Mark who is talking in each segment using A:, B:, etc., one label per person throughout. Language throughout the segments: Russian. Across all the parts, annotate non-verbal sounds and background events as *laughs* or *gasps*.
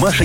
A: Маша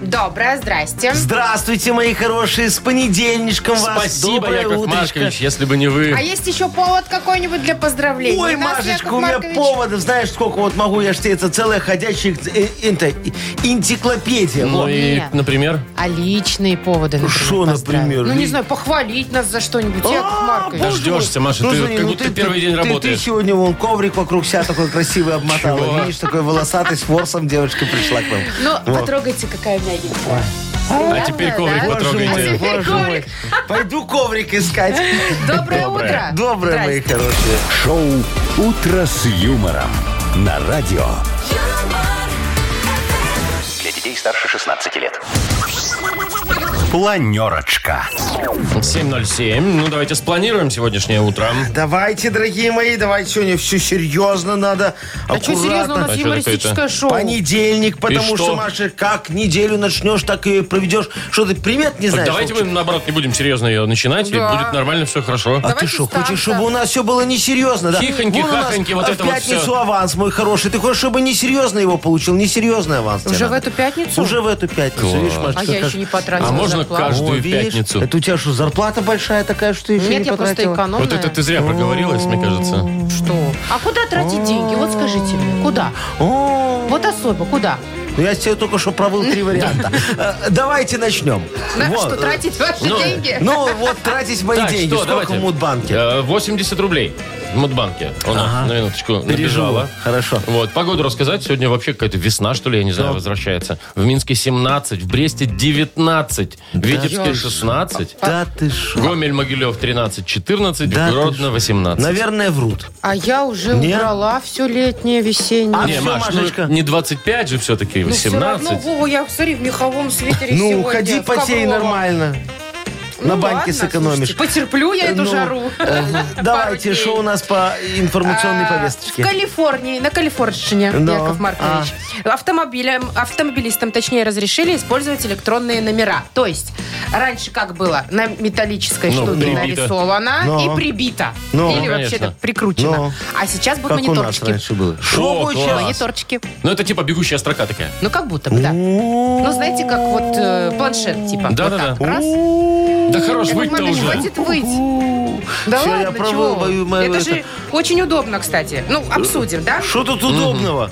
B: Доброе, здрасте.
C: Здравствуйте, мои хорошие, с понедельничком вас.
D: Спасибо,
C: Доброе
D: Яков
C: утречко.
D: Маркович, если бы не
B: А
D: вы.
B: есть еще повод какой-нибудь для поздравлений?
C: Ой,
B: У нас,
C: Машечка,
B: Яков
C: у меня
B: Маркович,
C: поводов, знаешь, сколько вот могу, я ж тебе, это целая ходячая экс- э, это, и- энциклопедия.
D: Ну
C: Во.
D: и,
B: Нет.
D: например,
B: А личные поводы, например,
C: Шо,
B: поздравить?
C: например?
B: Ну, не знаю, похвалить нас за что-нибудь, Яков
C: А,
B: Маркович.
C: боже
D: Дождешься,
C: мой.
D: Маша, ты
C: смотри,
D: как будто первый день
C: ты-
D: работаешь.
C: Ты сегодня вон коврик вокруг себя такой красивый
D: Чего?
C: обмотала. Видишь, такой волосатый с форсом девочка пришла к нам.
B: Ну,
C: Вот.
B: потрогайте, какая мягенькая.
D: а теперь коврик
B: да?
C: Боже мой,
D: потрогайте.
C: боже мой. Пойду коврик искать.
B: Доброе
D: Доброе.
B: утро.
C: Доброе, мои
B: Здрасте.
C: хорошие.
A: Шоу «Утро с юмором» на радио. Для детей старше 16 лет. Планерочка.
D: 7.07. Ну, давайте спланируем сегодняшнее утро.
C: Давайте, дорогие мои, давайте сегодня все серьезно надо.
B: А что серьезно, у нас
D: А чё
B: юмористическое шоу.
C: Понедельник,
D: что?
C: потому что, Маша, как неделю начнешь, так и проведешь. Что ты, примет не знаешь?
D: Давайте мы,
C: Вовчик?
D: наоборот, не будем серьезно ее начинать, и
B: Да.
D: будет нормально, все хорошо.
C: А ты
B: Давайте
C: что,
B: ставка.
C: хочешь, чтобы у нас все было несерьезно, да?
D: Хихоньки,
C: Вон у нас,
D: хахоньки, вот
C: а,
D: это
C: в
D: вот
C: пятницу
D: всё.
C: аванс, мой хороший. Ты хочешь, чтобы несерьезно его получил? Несерьезный аванс. тебе
B: Уже в
C: надо.
B: эту пятницу?
C: Уже в эту пятницу, видишь, Машечка,
B: А я
C: как-
B: еще не потратила
D: А можно
B: зарплату.
D: каждый- Каждую
C: О, видишь?
D: пятницу.
C: Это у тебя что, зарплата большая такая, что ты еще
B: Нет,
C: не
B: я просто
C: потратила?
B: экономная.
D: Вот это ты зря проговорилась, мне кажется.
B: Что? А куда тратить деньги? Вот скажите мне, куда?
C: О,
B: Вот особо, куда?
C: ну я тебе только что
B: *laughs*
C: пробыл три варианта. Э, Давайте начнем.
B: На
C: Вот.
B: что тратить ваши
D: ну,
B: деньги?
C: Ну, вот тратить мои
D: Так,
C: деньги.
D: что,
C: Сколько
D: давайте.
C: в Мудбанке?
D: Э, 80 рублей в Мудбанке. Она
C: Ага.
D: на минуточку
C: Переживу.
D: набежала.
C: Хорошо.
D: Вот, погоду рассказать. Сегодня вообще какая-то весна, что ли, я не знаю, возвращается. В Минске 17, в Бресте 19, в Витебске
B: ёж.
D: 16,
B: А?
C: Да ты шо?
D: Гомель, Могилев 13, 14,
C: Да ты
D: Гродно
C: шо.
D: 18.
C: Наверное, врут.
B: А я уже
C: Нет.
B: убрала все летнее, весеннее.
C: А
D: Не,
C: всё,
D: Маш, ну,
C: Машечка.
D: не 25 же все-таки,
B: Ну, всё
D: 18.
B: равно, Вова, я, смотри, в меховом свитере
C: Ну,
B: сегодня,
C: ходи
B: в
C: потей
B: ковровом.
C: нормально.
B: Ну,
C: На банке
B: ладно,
C: сэкономишь.
B: слушайте, потерплю я эту
C: Ну,
B: жару.
C: э, Давайте,
B: Пару дней.
C: что у нас по информационной
B: А, В
C: повесточке?
B: Калифорнии, на Калифорнщине,
C: Да.
B: Яков Маркович. Автомобилям, автомобилистам, точнее, разрешили использовать электронные номера. То есть, раньше как было? На металлической
D: Ну,
B: штуке
D: прибито.
B: нарисовано
C: Но.
B: и прибито.
C: Но.
B: Или
D: Ну,
B: вообще
D: конечно.
B: так прикручено.
C: Но.
B: А сейчас будут
C: Ну. Как у нас
B: мониторчики.
C: раньше было.
D: О,
C: Шо вы
D: класс.
C: щас?
B: Мониторчики.
D: Ну, это типа бегущая строка такая.
B: Ну, как будто бы, да. Ну, знаете, как вот э, планшет, типа.
D: Да, да,
B: вот так.
D: да.
B: Раз.
D: Да хорош
B: Яков
D: быть-то
B: Маркович,
D: уже.
B: хватит выть. Да
C: Всё, я
B: ладно, чего?
C: пробовал,
B: вы?
C: мою-
B: Это
C: это-
B: же очень удобно, кстати. Ну, обсудим, да?
C: Что тут удобного?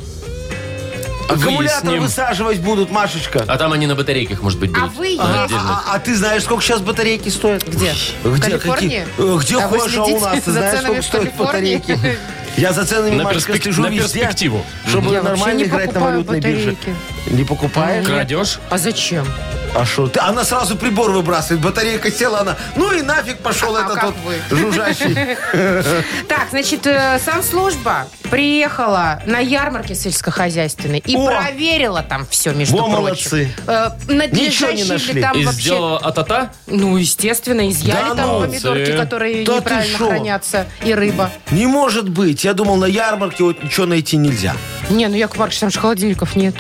C: Аккумулятор
D: А Выясним.
C: высаживать будут, Машечка.
D: А там они на батарейках, может быть, будут.
B: А вы
D: Ага.
B: есть.
D: Отдельно.
C: А, а ты знаешь, сколько сейчас батарейки стоят?
B: Где?
C: Где?
B: В Калифорнии?
C: Какие? Э, Где
B: А вы
C: хочешь, а у
B: следите
C: нас? Ты
B: за
C: знаешь,
B: ценами
C: сколько
B: в
C: стоят
B: Калифорнии?
C: батарейки?
B: *laughs*
C: Я за ценами,
D: На
C: Машечка,
D: перспек-
C: слежу
D: на
C: везде,
D: перспективу.
C: чтобы
B: Я вообще
C: нормально
B: не
C: играть на
B: покупаю
C: валютной бирже.
B: батарейки.
C: Не покупаешь?
D: Крадешь?
B: А зачем?
C: А что ты? Она сразу прибор выбрасывает. Батарейка села, она. Ну и нафиг пошел
B: А
C: этот
B: как
C: вот
B: вы? *laughs*
C: жужжащий.
B: Так, значит, э, санслужба приехала на ярмарке сельскохозяйственной и
C: О!
B: проверила там все, между
C: Во,
B: прочим.
C: молодцы.
B: Э,
C: Ничего
B: надлежащие
C: не
B: ли
C: нашли.
B: там
D: И
B: вообще...
D: сделала атата?
B: Ну, естественно, изъяли
C: Да
B: там
C: ну!
B: помидорки,
D: Молодцы.
B: которые
C: Да ты
B: неправильно
C: шо?
B: хранятся, и рыба.
C: Не может быть. Я думал, на ярмарке вот ничего найти нельзя.
B: Не, ну, Яков Маркович, там же холодильников нет.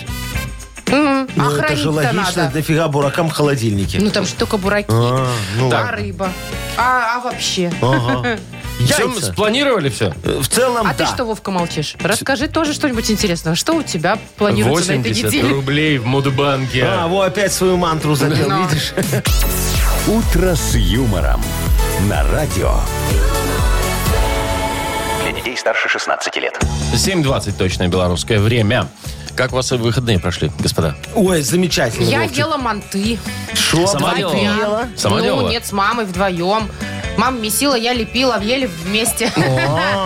B: М, а
C: Ну, это
B: хранить-то
C: же логично,
B: надо.
C: дофига буракам холодильники.
B: Ну, там же только бураки.
C: А, ну
B: А
C: ладно.
B: рыба? А, а вообще?
C: Ага.
D: Все,
C: Яйца.
D: спланировали все?
C: Э, В целом,
B: А
C: да.
B: ты что, Вовка, молчишь? Расскажи тоже что-нибудь интересное. Что у тебя планируется на этой
D: 80
B: неделе?
D: рублей в Мудбанке.
C: А, во, опять свою мантру запел,
B: Ну.
C: видишь?
A: «Утро с юмором» на радио. Для детей старше 16 лет.
D: 7.20 точное белорусское время. Как у вас выходные прошли, господа?
C: Ой, замечательно.
B: Я
C: Вовчик.
B: ела манты.
C: Шо,
D: Сама
C: ты
D: делала?
C: ела?
D: Сама
B: ну,
D: делала?
B: нет, с мамой вдвоем. Мама месила, я лепила, ели вместе. *laughs*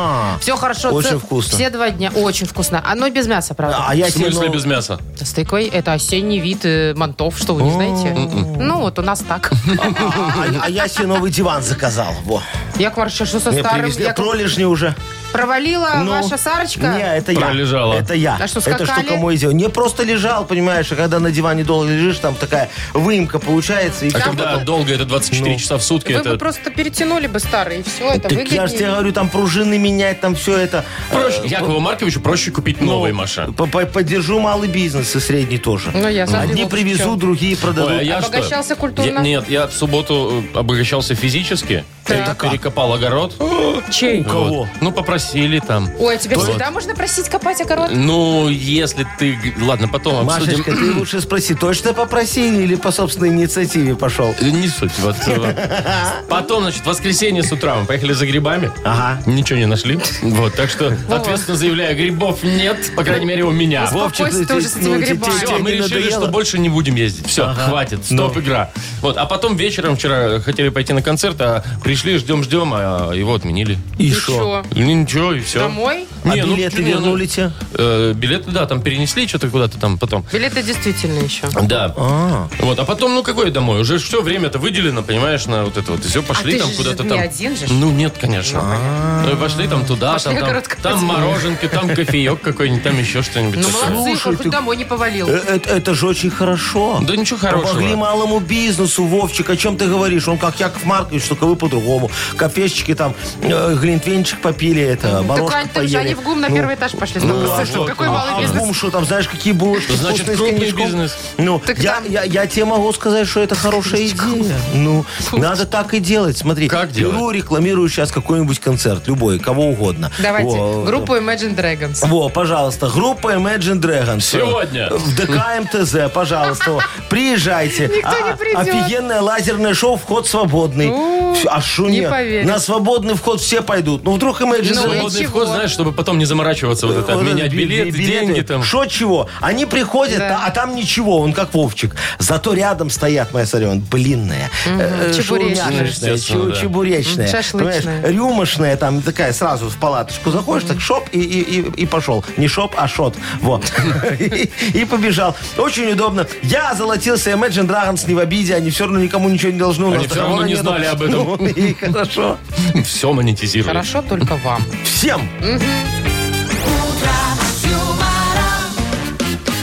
C: А,
B: Все хорошо.
C: Очень
B: ц-
C: вкусно.
B: Все два дня. Очень вкусно. Оно без мяса, правда.
C: а я
D: В смысле
C: тянул-
D: без мяса?
B: С тыквой это осенний вид э, мантов, что вы не знаете? Ну, вот у нас так.
C: А, а- а я себе новый диван заказал. Во.
B: Яков Маркович, а что со
C: Мне
B: старым?
C: привезли.
B: Яков-
C: Пролежни уже.
B: Провалила
C: Ну.
B: ваша Сарочка?
C: Не, это я.
D: Пролежала.
C: Это я.
B: А что,
C: это
B: скакали?
C: штука мой дело. Не просто лежал, понимаешь, а когда на диване долго лежишь, там такая выемка получается. И
D: А
C: всё.
D: когда долго, это 24
C: Ну.
D: часа в сутки,
B: Вы бы
D: это...
B: просто перетянули бы старый, и все, это
C: Так я же тебе
B: выгоднее.
C: говорю, там пружины менять, там все это. Э,
D: Проще, Якову Марковичу проще купить
C: Ну.
D: новый, Маша.
C: По- по- Поддержу малый бизнес и средний тоже.
B: Ну, я за
C: Одни
B: Орелов чё?
C: привезут, другие продадут.
D: Ой, а я что?
B: Обогащался культурно?
D: Я- нет, я в субботу э, обогащался физически.
B: Так.
D: Пере- Перекопал огород.
C: *gasps* У кого?
D: Вот. Ну, попросили там.
B: Ой, тебе
D: Вот.
B: всегда можно просить копать огород?
D: Ну, если ты... г- Ладно, потом обсудим.
C: Машечка, ты лучше спроси, точно попросили или по собственной инициативе пошел?
D: Э, Не суть. Вот. э, Потом, значит, в воскресенье с утра мы поехали за грибами.
C: Ага.
D: Ничего не нашли. Вот, так что, ответственно заявляю, грибов нет, по крайней мере, у меня.
B: Вот. Вовчик, ты уже с этими
C: те- те-
B: грибами.
C: те-
D: Все,
C: те
D: А, мы
C: не
D: решили,
C: надоело? Ну.
D: что больше не будем ездить. Все, хватит, стоп, игра. Вот, а потом вечером вчера хотели пойти на концерт, а пришли, ждем, ждем, а его отменили.
C: И
B: Ты
C: шо?
B: чё?
D: Ну, Ничего, и ну, все.
B: Домой?
C: А билеты вернули те?
D: э, билеты, да, там перенесли что-то куда-то там потом.
B: Билеты действительно еще.
D: Да. Вот, а потом, ну какое домой? Уже все время-то выделено, понимаешь, на вот это вот. И все, пошли
B: ты
D: там
B: же
D: куда-то
B: не
D: там.
B: один же ж.
D: Ну нет, конечно. Ну и пошли там туда,
B: Пошли
D: там, там,
B: огород копать.
D: там мороженки, там кофеек какой-нибудь, там еще что-нибудь.
B: Ну,
D: такое.
B: молодцы,
C: Слушай,
B: хоть
C: ты-
B: домой не повалил.
C: Э, Это, это же очень хорошо.
D: Да ничего
C: Помогли
D: хорошего.
C: малому бизнесу, Вовчик, о чем ты говоришь? Он как Яков Маркович, только вы по-другому. Копейщики там, э, глинтвейнчик попили, это,
B: Так,
C: морожку
B: Ань, ты же
C: поели.
B: они в ГУМ на первый этаж пошли.
C: Ну,
B: Слушай,
C: а
B: что,
D: вот,
B: Какой
D: ну,
C: А
B: малый
C: в
B: бизнес?
C: Гум что там, знаешь, какие булочки
D: Значит,
C: вкусные с
D: крупный
C: коньячком?
D: бизнес.
C: Ну,
B: Так
C: я,
B: там-
C: я, я тебе могу сказать, что это хорошая идея. Ну, надо так и делать. Смотри,
D: Как
C: беру,
D: делать?
C: рекламирую сейчас какой-нибудь концерт, любой, кого угодно.
B: Давайте,
C: Во,
B: группу Imagine Dragons.
C: Во, пожалуйста, группа Imagine Dragons.
D: Сегодня.
C: В ДК МТЗ, пожалуйста. Во, Приезжайте.
B: Никто не
C: А-
B: придет.
C: Офигенное лазерное шоу, вход свободный.
B: У,
C: Всё, А шо
B: не
C: нет?
B: поверю.
C: На свободный вход все пойдут. Ну, вдруг Imagine
B: Ну,
C: Dragons...
D: Свободный
B: Ничего.
D: вход, знаешь, чтобы потом не заморачиваться, вот это,
C: Вот
D: обменять
C: это би-
D: билет,
C: би- Ну, билеты.
D: деньги там.
C: Шо чего? Они приходят,
B: Да.
C: а, а там ничего, он как Вовчик. Зато рядом стоят, моя смотри, он блинная. э, э,
B: чебуречная.
C: шаурмяшечная,
D: Ну,
C: чу-
D: естественно, да.
C: Чебуречная.
B: М, шашлычная.
C: понимаешь, Рюмошная там такая, сразу в палаточку заходишь, так шоп и, и, и, и пошел. Не шоп, а шот. Вот. *laughs* И и побежал. Очень удобно. Я золотился, Imagine Dragons не в обиде, они все равно никому ничего не должны. у
D: Они
C: нас
D: всё
C: договора
D: равно не
C: нету.
D: знали об этом.
C: *laughs* Ну, и хорошо.
D: Все монетизирует.
B: Хорошо только вам.
C: Всем!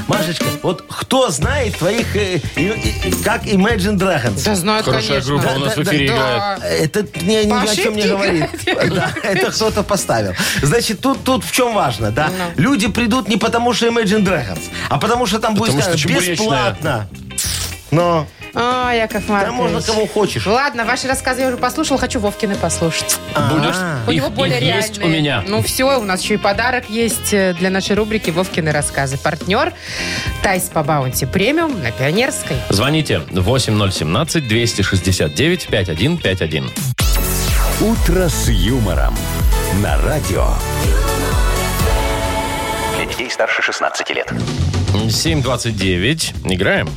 C: Машечка, вот кто знает твоих, э, и- и- и- как Imagine Dragons?
B: Да знают,
D: Хорошая
B: конечно.
D: группа у нас в
C: Да, да,
D: эфире
B: да.
D: играет.
C: Это не, ни
B: По
C: о чем не
B: ошибке
C: говорит. Да, это кто-то поставил. Значит, тут, тут в чем важно, да?
B: Ну.
C: Люди придут не потому, что Imagine Dragons, а потому что там будет
D: Потому что
C: сказано
D: чебуречная.
C: бесплатно. Но
B: А, Яков Маркович.
C: там можно кого хочешь.
B: Ладно, ваши рассказы я уже послушал, хочу Вовкины послушать.
D: Будешь?
B: А. У
D: Их-
B: него более
D: их
B: реальные.
D: есть у меня.
B: Ну все, у нас еще и подарок есть э, для нашей рубрики «Вовкины рассказы». Партнер Тайс по баунти премиум на Пионерской.
D: Звоните 8017-269-5151.
A: «Утро с юмором» на радио. Для детей старше 16 лет.
D: 7.29. Играем?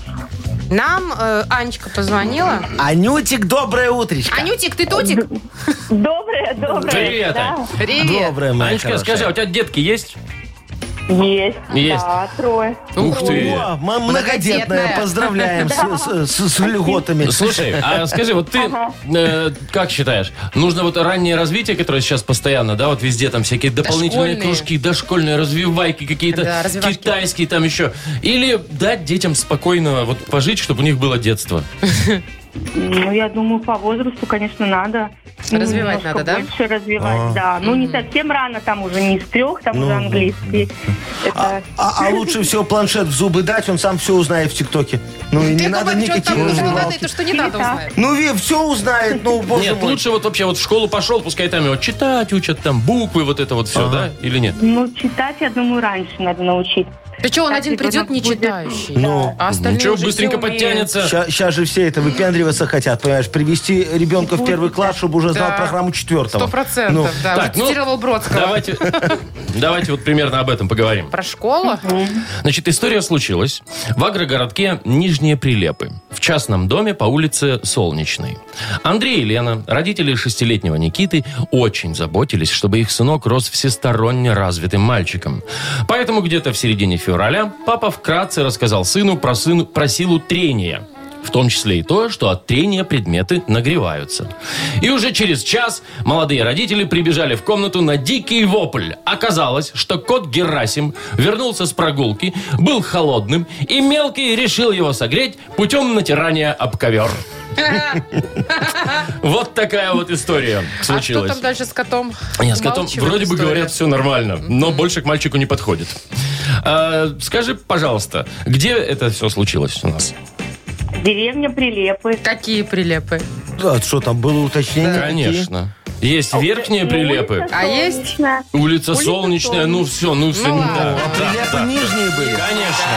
B: Нам э, Анечка позвонила.
C: Анютик, доброе утречко.
B: Анютик, ты тутик?
E: Доброе, доброе.
D: Привет,
E: Да.
B: Привет.
C: Доброе, моя
D: Анечка,
C: хорошая.
D: скажи, а у тебя детки есть?
E: Есть.
D: Есть.
E: Да, трое.
D: Ух ты.
C: О, мам, многодетная,
B: Многодетная.
C: поздравляем с, с- с- с льготами.
D: Слушай, *laughs* а скажи, вот ты э, как считаешь, нужно вот раннее развитие, которое сейчас постоянно, да, вот везде там всякие дополнительные
B: Дошкольные.
D: кружки, дошкольные развивайки какие-то,
B: Да, развивашки.
D: китайские там еще, или дать детям спокойно вот пожить, чтобы у них было детство?
E: Ну, я думаю, по возрасту, конечно, надо. ну,
B: Развивать
E: немножко
B: надо, да?
E: Больше развивать, да. Ну, не совсем рано, там уже не из трех, там уже английский. Это...
C: А, а лучше всего планшет в зубы дать, он сам все узнает в ТикТоке. Ну и не
B: Яков
C: надо
B: Маркович, он
C: никаких
B: там уже надо и
C: развивалки.
B: то, что не надо, узнает.
C: Ну, Ви, все узнает, ну, боже
D: Нет,
C: мой.
D: лучше вот вообще вот в школу пошел, пускай там его читать учат, там буквы, вот это вот все, да, или нет?
E: Ну, читать, я думаю, раньше надо научить.
B: Ты что, он
E: Так,
B: один
E: ребенок
B: придет не
E: будет-
B: читающий?
C: Ну.
B: а остальные
D: Ничего,
B: уже все
D: быстренько
B: умеют.
D: подтянется.
C: Сейчас же все это выпендриваться хотят, понимаешь, привести ребенка в первый класс, чтобы уже знал
B: Да.
C: программу четвертого.
B: Сто
C: Ну,
B: процентов, да.
D: Так,
B: Уже
D: ну,
B: цитировал Бродского.
D: Давайте, давайте вот примерно об этом поговорим.
B: Про
D: Ну,
B: школу? А
D: Значит, история случилась в агрогородке Нижние Прилепы, в частном доме по улице Солнечной. Андрей и Лена, родители шестилетнего Никиты, очень заботились, чтобы их сынок рос всесторонне развитым мальчиком. Поэтому где-то в середине февраля папа вкратце рассказал сыну про, сыну, про силу трения. в том числе и то, что от трения предметы нагреваются. И уже через час молодые родители прибежали в комнату на дикий вопль. Оказалось, что кот Герасим вернулся с прогулки, был холодным, и мелкий решил его согреть путем натирания об
B: *laughs*
D: ковер. Вот такая вот история
B: А что
D: случилась.
B: там дальше с котом?
D: Нет, с котом
B: Умалчивает
D: вроде бы
B: история.
D: говорят, все нормально, но больше к мальчику не подходит. А, скажи, пожалуйста, где это все случилось у нас?
E: Деревня Прилепы.
B: Какие прилепы.
C: Да, что там было уточнение?
D: Конечно. Есть верхние
E: Ну,
D: прилепы,
E: улица
B: А есть?
E: Солнечная.
D: улица
E: улица
D: Солнечная, ну все, ну все.
B: Ну ладно.
C: Какие? Прилепы нижние были.
D: Конечно.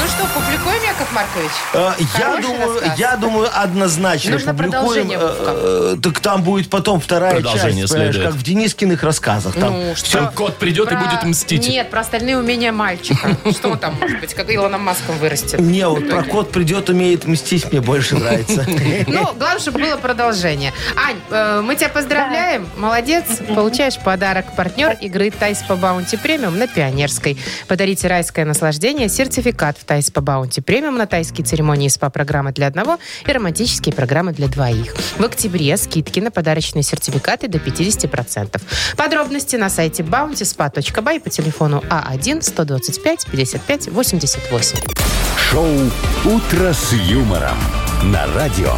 B: Ну что, публикуем, Яков Маркович?
C: Э, Я
B: Хороший
C: думаю,
B: рассказ.
C: я думаю, однозначно
B: Нужно
C: публикуем.
B: продолжение,
C: э, э, Так там будет потом вторая
D: Продолжение
C: часть, понимаешь,
D: следует.
C: как в Денискиных рассказах. Там
B: Ну,
D: Там кот придет и
B: Про-
D: будет мстить.
B: Нет, про остальные умения мальчика.
D: *laughs*
B: Что там может быть? Как Илоном Маском вырастет.
C: Не, вот про кот придет, умеет мстить, мне больше нравится.
B: *laughs* Ну, главное, чтобы было продолжение. Ань, э, мы тебя поздравляем. Молодец. Получаешь подарок. Партнер игры «Тайс по баунти премиум» на Пионерской. Подарите райское наслаждение, сертификат в «Тайс по баунти премиум» на тайские церемонии и СПА-программы для одного и романтические программы для двоих. В октябре скидки на подарочные сертификаты до 50%. Подробности на сайте bountyspa.by по телефону А А1-125-55-88.
A: Шоу «Утро с юмором» на радио.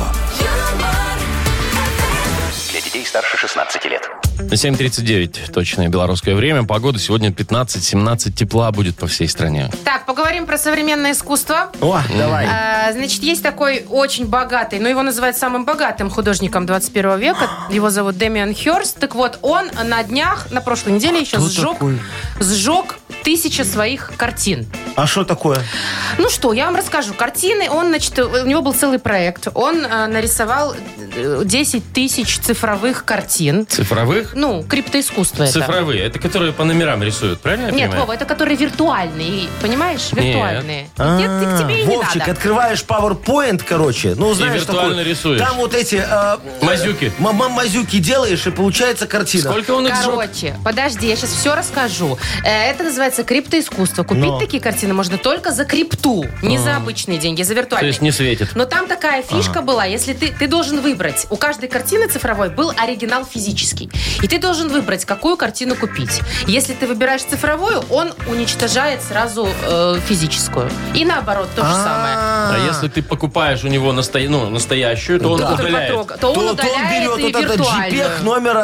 F: Для детей старше 16 лет.
D: 7.39, точное белорусское время. Погода сегодня 15-17 тепла будет по всей стране.
B: Так, поговорим про современное искусство.
C: *laughs* О, давай.
B: А, Значит, есть такой очень богатый, но его называют самым богатым художником 21 века. Его зовут Демиан Херст. Так вот, он на днях, на прошлой неделе еще
C: Кто
B: сжег,
C: такой?
B: сжег тысячи своих картин.
C: А что такое?
B: Ну что, я вам расскажу. Картины, он, значит, у него был целый проект. Он э, нарисовал э, 10 тысяч цифровых картин.
D: Цифровых?
B: Ну, криптоискусство это.
D: Цифровые. Это которые по номерам рисуют, правильно я
B: Нет,
D: понимаю?
B: Вова, это которые виртуальные, понимаешь?
D: Нет.
B: Виртуальные. Нет, ты- к
C: А,
B: тебе и не
C: Вовчик,
B: надо.
C: открываешь PowerPoint, короче. Ну, знаешь,
D: виртуально
C: такой,
D: рисуешь.
C: Там вот эти... э,
D: Мазюки.
C: м- м- Мазюки делаешь, и получается картина.
D: Сколько он их сжег?
B: Короче, подожди, я сейчас все расскажу. Э, Это называется криптоискусство. Купить
C: Но.
B: такие картины можно только за крипту, не за обычные деньги, за
D: То
B: виртуальные.
D: есть не светит.
B: Но там такая фишка была, если ты, ты должен выбрать, у каждой картины цифровой был оригинал физический. И ты должен выбрать, какую картину купить. Если ты выбираешь цифровую, он уничтожает сразу э, физическую. И наоборот, то же самое.
D: А если ты покупаешь у него насто- ну, настоящую, то
B: Ну,
D: он
B: который
D: удаляет.
B: потрогал, То он
C: То- то он
B: удаляет
C: берет
B: и
C: вот этот
B: виртуальную.
C: JPEG номер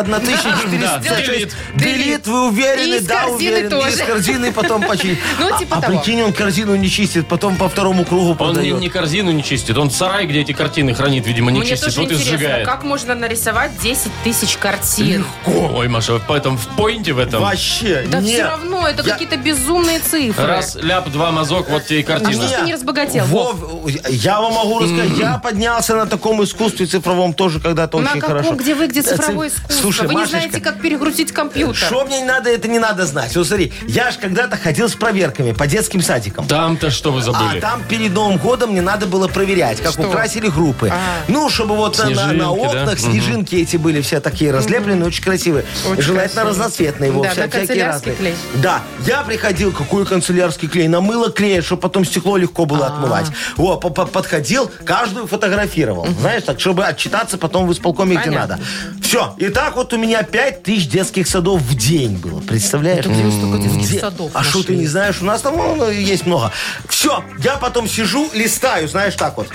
C: 1496.
D: Да,
C: Делит, вы уверены?
B: И из
C: Да,
B: корзины
C: уверен.
B: тоже.
C: Из корзины потом починит.
B: *laughs* Ну,
C: А-
B: типа
C: А
B: того.
C: прикинь, он корзину не чистит, потом по второму кругу
D: Он не,
C: продает.
D: не корзину не чистит, он сарай, где эти картины хранит, видимо, не
B: Мне
D: чистит,
B: тоже
D: вот и
B: интересно,
D: сжигает.
B: как можно нарисовать 10 тысяч картин?
D: Легко. Ой, Маша, поэтому в поинте в этом.
C: Вообще,
B: Да
C: нет.
B: все равно, это
C: Я-
B: какие-то безумные цифры.
D: Раз ляп, два мазок, вот тебе и
B: А что
D: картина.
B: ж ты не разбогател? Вов?
C: Вов, я вам могу рассказать, я поднялся на таком искусстве цифровом тоже когда-то
B: На
C: очень
B: каком,
C: хорошо.
B: где вы, где
C: Да, циф-
B: цифровое искусство?
C: Слушай,
B: вы
C: Машечка,
B: не знаете, как перегрузить компьютер.
C: Что мне не надо, это не надо знать. Вот смотри, я ж когда-то ходил с проверками по детским садикам.
D: Там-то что вы забыли?
C: А там перед Новым годом мне надо было проверять, как украсили группы.
B: А.
C: Ну, чтобы вот на- на,
D: Снежинки, да?
C: на окнах снежинки эти были все такие разлепленные, очень красивые.
B: Очень
C: Желательно
B: красиво.
C: разноцветные. вот,
B: Да,
C: вся-
B: на
C: всякие
B: канцелярский
C: разные.
B: клей.
C: Да, я приходил, какой канцелярский клей, на мыло клея, чтобы потом стекло легко
B: А.
C: было отмывать. О, по- по- подходил, каждую фотографировал, знаешь, так, чтобы отчитаться потом в исполкоме, где надо. Все, и так вот у меня 5000 детских садов в день было, представляешь?
B: Где вы столько детских
C: Где?
B: садов
C: А что ты
B: нашли?
C: не знаешь? У нас там вон, есть много. Все, я потом сижу, листаю, знаешь, так вот.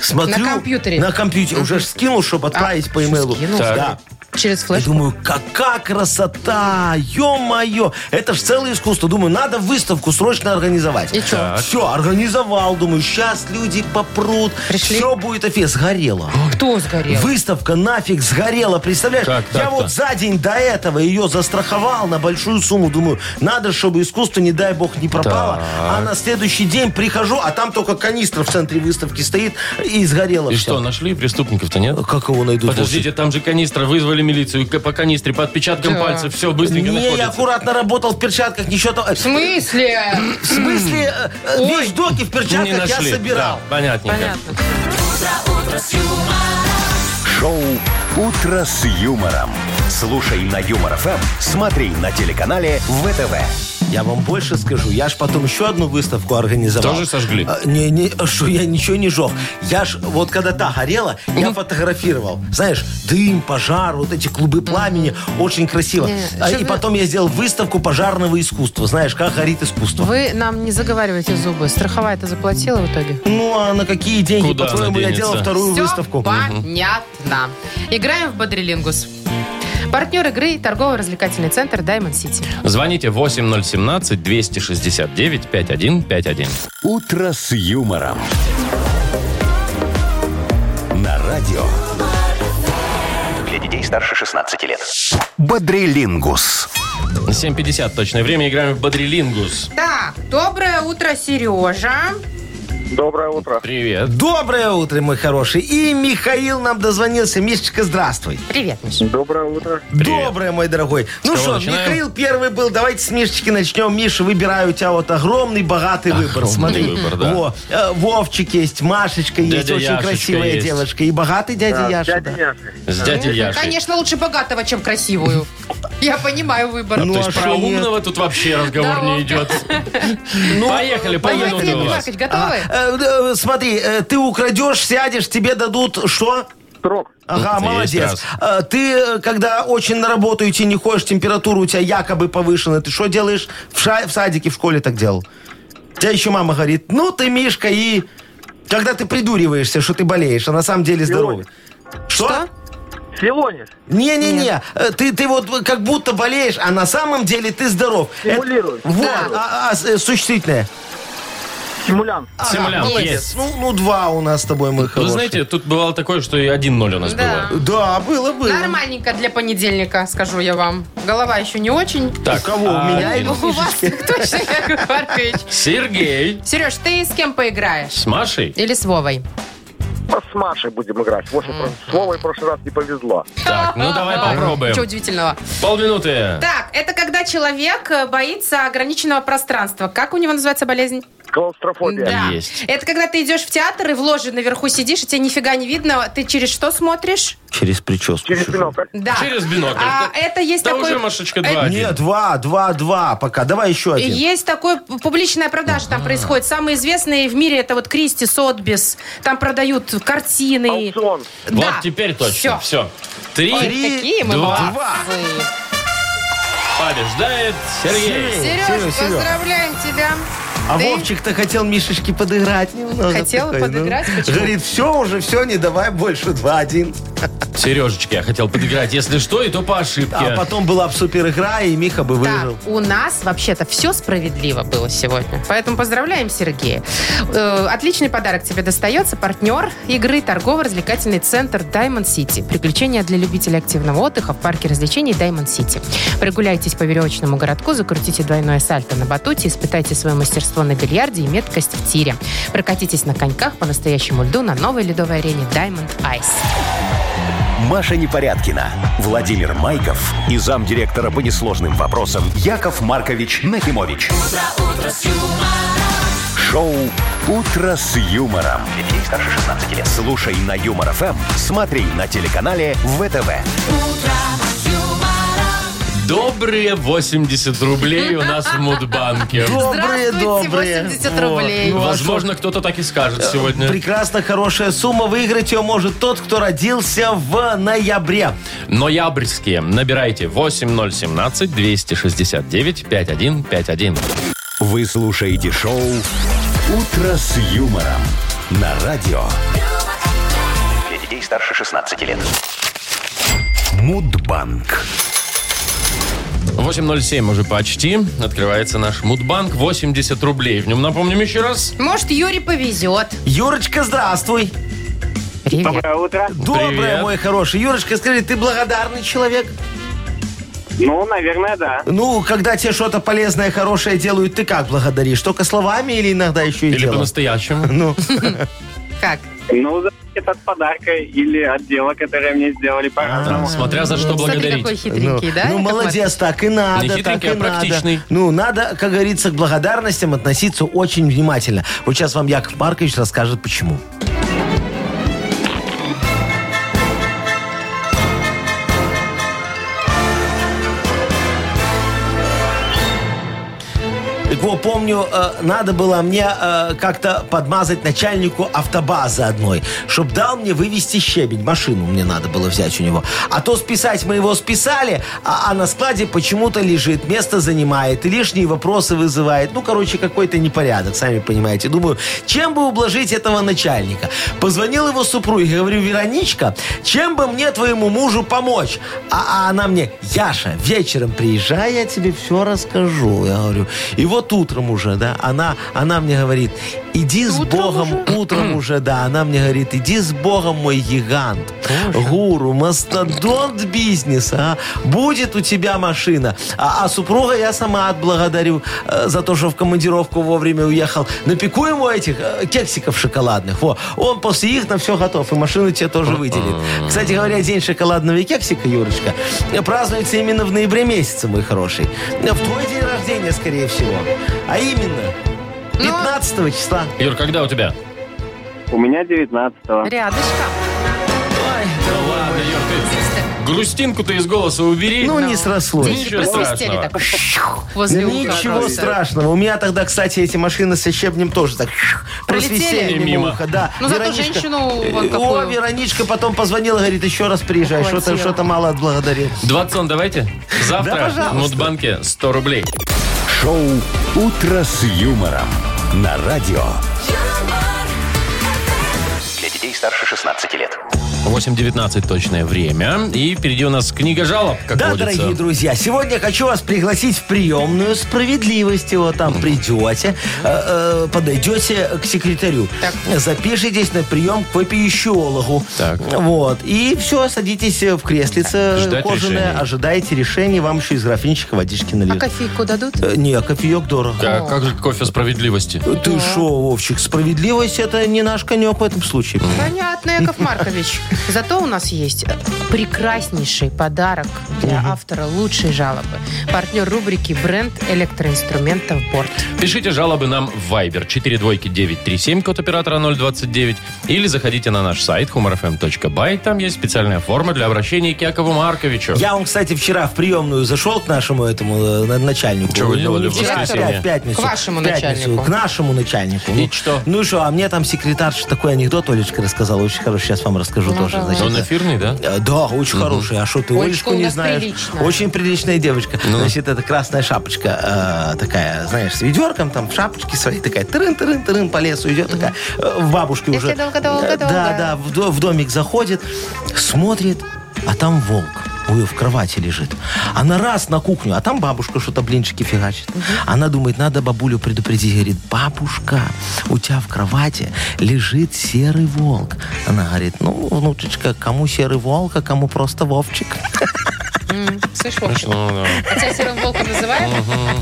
C: Смотрю,
B: На компьютере?
C: На компьютере. Уже ж скинул, чтобы отправить по
B: что,
C: имейлу.
B: скинул?
D: Так.
C: Да.
B: Через
C: Я
B: флеш.
C: думаю, какая красота! Ё-моё! Это ж целое искусство. Думаю, надо выставку срочно организовать.
B: И чё? Так.
C: Все, организовал. Думаю, сейчас люди попрут.
B: Пришли?
C: Все будет офис. Сгорело.
B: Кто сгорел?
C: Выставка нафиг сгорела, представляешь?
D: Как
C: я
D: так-то?
C: вот за день до этого ее застраховал на большую сумму. Думаю, надо, чтобы искусство, не дай бог, не пропало. А на следующий день прихожу, а там только канистра в центре выставки стоит и сгорела
D: И
C: всё.
D: что, нашли преступников-то, нет?
C: Как его найдут?
D: Подождите, там же канистра, вызвали милицию, к- по канистре, по отпечаткам
B: Да.
D: пальцев, все быстренько
C: Не, я
D: находится.
C: аккуратно работал в перчатках, ничего там.
B: В смысле?
C: В смысле, э, э,
B: Ой.
C: вещдоки в
D: Не
C: перчатках я
D: нашли.
C: собирал.
D: Да, понятненько.
B: Понятно.
A: Шоу «Утро с юмором». Слушай на Юмор ФМ, смотри на телеканале ВТВ.
C: Я вам больше скажу. Я ж потом еще одну выставку организовал.
D: Тоже сожгли?
C: А, Не, не, что я ничего не жег. Я ж, вот когда та горела, я фотографировал. Знаешь, дым, пожар, вот эти клубы пламени. Очень красиво.
B: Не,
C: А,
B: что
C: и
B: вы-
C: потом я сделал выставку пожарного искусства. Знаешь, как горит искусство.
B: Вы нам не заговариваете зубы. Страховая-то заплатила в итоге?
C: Ну, а на какие деньги,
D: Куда
C: по-твоему,
D: она
C: я
D: денется?
C: делал вторую
B: Всё
C: выставку?
B: понятно. Играем в Бодрилингус. Партнер игры – торгово-развлекательный центр Diamond City.
D: Звоните 8017-269-5151.
A: «Утро с юмором». На радио
F: Для детей старше 16 лет.
A: «Бодрилингус».
D: 7.50 точное время. Играем в Бодрилингус.
B: Так, доброе утро, Сережа.
G: Доброе утро.
D: Привет.
C: Доброе утро, мой хороший. И Михаил нам дозвонился. Мишечка, здравствуй.
B: Привет, Миша.
G: Доброе утро.
C: Доброе, мой дорогой. Ну
D: кого
C: что,
D: начинаем?
C: Михаил первый был. Давайте с Мишечки начнем. Миша, выбираю у тебя вот огромный, богатый выбор.
D: Огромный
C: Смотри.
D: выбор, да.
C: Во, э, Вовчик есть, Машечка есть,
D: Дядя
C: очень
D: Яшечка
C: красивая
D: есть.
C: девочка. И богатый дядя Яша. да.
D: С дядей Яшей.
B: ну, Конечно, лучше богатого, чем красивую. Я понимаю выбор.
C: Ну,
D: То
C: а
D: есть
C: шо
D: про
C: нет?
D: умного тут вообще разговор
B: Да, Ну,
D: не
B: Вовка.
D: идет. Поехали,
B: Давайте,
D: поехали у
B: Яков
D: вас.
B: Маркович, готовы?
C: А, э, э, смотри, э, ты украдешь, сядешь, тебе дадут что?
G: Срок.
C: Ага,
D: Есть
C: молодец.
D: раз.
C: А, Ты, э, когда очень на работу идти не хочешь, температура у тебя якобы повышена, ты что делаешь? В, ша- в садике, в школе так делал. Тебя еще мама говорит, ну ты, Мишка, и... Когда ты придуриваешься, что ты болеешь, а на самом деле здоровый. Что?
G: Филонишь.
C: Не-не-не, э, ты, ты вот как будто болеешь, а на самом деле ты здоров. Это-
G: Симулируешь.
C: Вот, а, а, с- э, существительное.
G: Симулянт.
D: Симулянт
C: Молодец.
D: есть.
C: Ну, ну, два у нас с тобой, мой
D: Вы
C: хороший.
D: знаете, тут бывало такое, что и 1-0 у нас
B: Да.
D: было.
C: Да, было, было.
B: Нормальненько для понедельника, скажу я вам. Голова еще не очень.
D: Так,
C: У кого? У
D: а,
C: меня или
B: Ну,
C: у
B: У вас
C: Мишечки?
B: *laughs* точно, Яков Маркович.
D: Сергей
B: Сереж, ты с кем поиграешь?
D: с Машей.
B: Или с Вовой?
G: С Машей будем играть. Вот слово в прошлый раз не повезло.
D: Так, ну давай
B: Ничего
D: попробуем.
B: удивительного.
D: Полминуты.
B: Так, это когда человек э, боится ограниченного пространства. Как у него называется болезнь?
G: Клаустрофобия.
B: Да.
D: Есть.
B: Это когда ты идешь в театр и в ложе наверху сидишь, и тебе нифига не видно. Ты через что смотришь?
C: Через прическу.
G: Через
H: Ну,
C: чужую.
G: бинокль.
B: Да.
D: Через бинокль.
B: А
D: Да-
B: это есть
D: Да
B: такой...
D: уже, Машечка, два.
C: Нет, два, два, два пока. Давай еще один.
B: Есть такой п- публичная продажа там происходит. Самые известные в мире это вот Кристи, Сотбис. Там продают картины.
G: Аукцион.
D: Вот теперь точно.
B: Всё.
D: Все. Три.
B: Ой, какие мы
D: два.
B: молодцы.
D: Побеждает Сергей.
C: Сереж,
B: Сереж,
C: Сереж.
B: поздравляем тебя.
C: А
B: Ты-
C: Вовчик-то хотел Мишечке подыграть немного.
B: Хотел
C: ну.
B: подыграть? Почему?
C: Говорит, все уже, все, не давай больше два-один.
D: Сережечки, я хотел подыграть. Если что, и то по ошибке.
C: А потом была бы супер игра, и Миха бы
B: Так,
C: выиграл.
B: у нас вообще-то все справедливо было сегодня. Поэтому поздравляем Сергея. Э, Отличный подарок тебе достается. Партнер игры торгово-развлекательный центр Diamond City. Приключения для любителей активного отдыха в парке развлечений Diamond City. Прогуляйтесь по веревочному городку, закрутите двойное сальто на батуте, испытайте свое мастерство на бильярде и меткость в тире. Прокатитесь на коньках по настоящему льду на новой ледовой арене Diamond Ice.
A: Маша Непорядкина, Владимир Майков и замдиректора по несложным вопросам Яков Маркович Нахимович. Шоу Утро с юмором.
F: Для детей старше 16 лет.
A: Слушай на юмор ФМ, смотри на телеканале ВТВ.
D: Добрые 80 рублей у нас в Мудбанке.
B: Здравствуйте,
C: Добрые, добрые.
B: 80
C: Вот.
B: рублей.
C: Ну, а
D: Возможно, кто-то так и скажет сегодня.
C: Прекрасно, хорошая сумма. Выиграть ее может тот, кто родился в ноябре.
D: Ноябрьские. Набирайте 8017-269-5151.
A: Вы слушаете шоу Утро с юмором на радио
F: Для детей старше 16 лет.
A: Мудбанк.
D: 8.07 уже почти. Открывается наш Мудбанк. 80 рублей. В нем, напомним еще раз,
B: Может, Юре повезет.
C: Юрочка, здравствуй.
B: Привет.
H: утро.
C: Доброе,
D: Привет.
C: мой хороший. Юрочка, скажи, ты благодарный человек?
H: Ну, наверное, да.
C: Ну, когда тебе что-то полезное, хорошее делают, ты как благодаришь? Только словами или иногда еще и
D: или
C: делом?
D: по-настоящему. *laughs*
C: Ну,
B: Как?
H: Ну, зависит от подарка или от дела, которое мне сделали по-разному.
D: Смотря за что
B: Смотри, какой
D: благодарить.
C: ну,
B: хитренький, да?
C: ну,
B: Яков Маркович?
C: молодец, так и надо,
D: Не
C: так
D: хитренький,
C: и
D: а практичный.
C: надо. Ну, надо, как говорится, к благодарностям относиться очень внимательно. Вот сейчас вам Яков Маркович расскажет, почему. Так вот, помню, э, надо было мне э, как-то подмазать начальнику автобазы одной, чтоб дал мне вывести щебень. Машину мне надо было взять у него. А то списать мы его списали, а, а на складе почему-то лежит, место занимает, и лишние вопросы вызывает. Ну, короче, какой-то непорядок, сами понимаете. Думаю, чем бы ублажить этого начальника? Позвонил его супруге, говорю, Вероничка, чем бы мне твоему мужу помочь? А, а она мне, Яша, вечером приезжай, я тебе все расскажу. Я говорю, и вот утром уже, да, она, она мне говорит, иди с Богом, утром уже, да, она мне говорит, иди с Богом, мой гигант, гуру, мастодонт бизнеса, а. будет у тебя машина. А, а супруга я сама отблагодарю э, за то, что в командировку вовремя уехал. Напеку ему этих э, кексиков шоколадных, во, он после их на все готов, и машину тебе тоже выделит. Кстати говоря, день шоколадного кексика, Юрочка, э, празднуется именно в ноябре месяце, мой хороший. Э, В твой день рождения, скорее всего. А именно, 15 числа.
D: Юр, когда у тебя?
H: У меня 19-го.
B: Рядышком.
D: Ладно, Юр, ты грустинку-то из голоса убери.
C: Ну, не срослось.
B: Деньги
D: Ничего
B: просвистели
D: страшного.
B: так. Возле уха
C: Ничего
B: просто.
C: страшного. У меня тогда, кстати, эти машины со щебнем тоже так
B: Пролетели?
C: просвистели
D: Мимо.
C: мимо уха. Да.
B: Ну, зато
C: Вероничка-
B: женщину вон
C: Э, О,
B: какую.
C: Вероничка потом позвонила, говорит, еще раз приезжай. Что-то
B: Ухватила.
C: что-то мало отблагодарил.
D: 20 давайте.
C: Да,
D: Завтра
C: пожалуйста.
D: в Мудбанке 100 рублей.
A: Шоу «Утро с юмором» на радио.
F: Для детей старше 16 лет.
D: 8.19 точное время. И впереди у нас книга жалоб, как
C: Да,
D: водится.
C: дорогие друзья, сегодня хочу вас пригласить в приемную справедливости. Вот там придете, э, э, подойдете к секретарю, запишитесь на прием к вопиющеологу.
D: Так.
C: Вот. И все, садитесь в креслице
D: Ждать
C: кожаное,
D: решений.
C: ожидаете решения, вам еще из графинчика водички
B: А
C: нальют.
B: кофейку дадут?
C: Э, Не, кофеек дорого.
D: Так, как же кофе справедливости?
C: Ты шо, Вовчик, справедливость это не наш конек в этом случае.
B: Понятно,
C: *laughs*
B: Яков Маркович. Зато у нас есть э, прекраснейший подарок для автора лучшей жалобы. Партнер рубрики «Бренд электроинструментов Борт».
D: Пишите жалобы нам в Viber 42937, код оператора 029, или заходите на наш сайт humorfm.by, там есть специальная форма для обращения к Якову Марковичу.
C: Я вам, кстати, вчера в приемную зашел к нашему этому э, на- начальнику.
D: Чё вы делали
C: Ну,
D: в
C: вчера,
D: воскресенье?
C: В пятницу.
B: К вашему
C: В пятницу,
B: начальнику.
C: К нашему начальнику.
D: И
C: Ну,
D: что?
C: Ну и что, а мне там секретарша такой анекдот Олечка рассказала, очень хороший, сейчас вам расскажу тоже. значит.
D: Он эфирный, да?
C: Э, Да, очень хороший. А что ты,
B: Ну, Олечка
C: Олечку
B: у
C: не
B: нас
C: знаешь?
B: приличная.
C: Очень приличная девочка. Значит, это красная шапочка э, такая, знаешь, с ведерком, там, в шапочке своей такая, тырын-тырын-тырын по лесу идет такая, э, в бабушке
B: Если
C: уже.
B: долго-долго-долго.
C: Э, Да, да, в, до- в домик заходит, смотрит, а там волк. У нее в кровати лежит. Она раз на кухню, а там бабушка что-то блинчики фигачит. Она думает, надо бабулю предупредить. Говорит, бабушка, у тебя в кровати лежит серый волк. Она говорит, ну, внучечка, кому серый волк, а кому просто Вовчик.
B: Слышь, Вовчик,
D: Ну, да.
B: а тебя серым волком называют?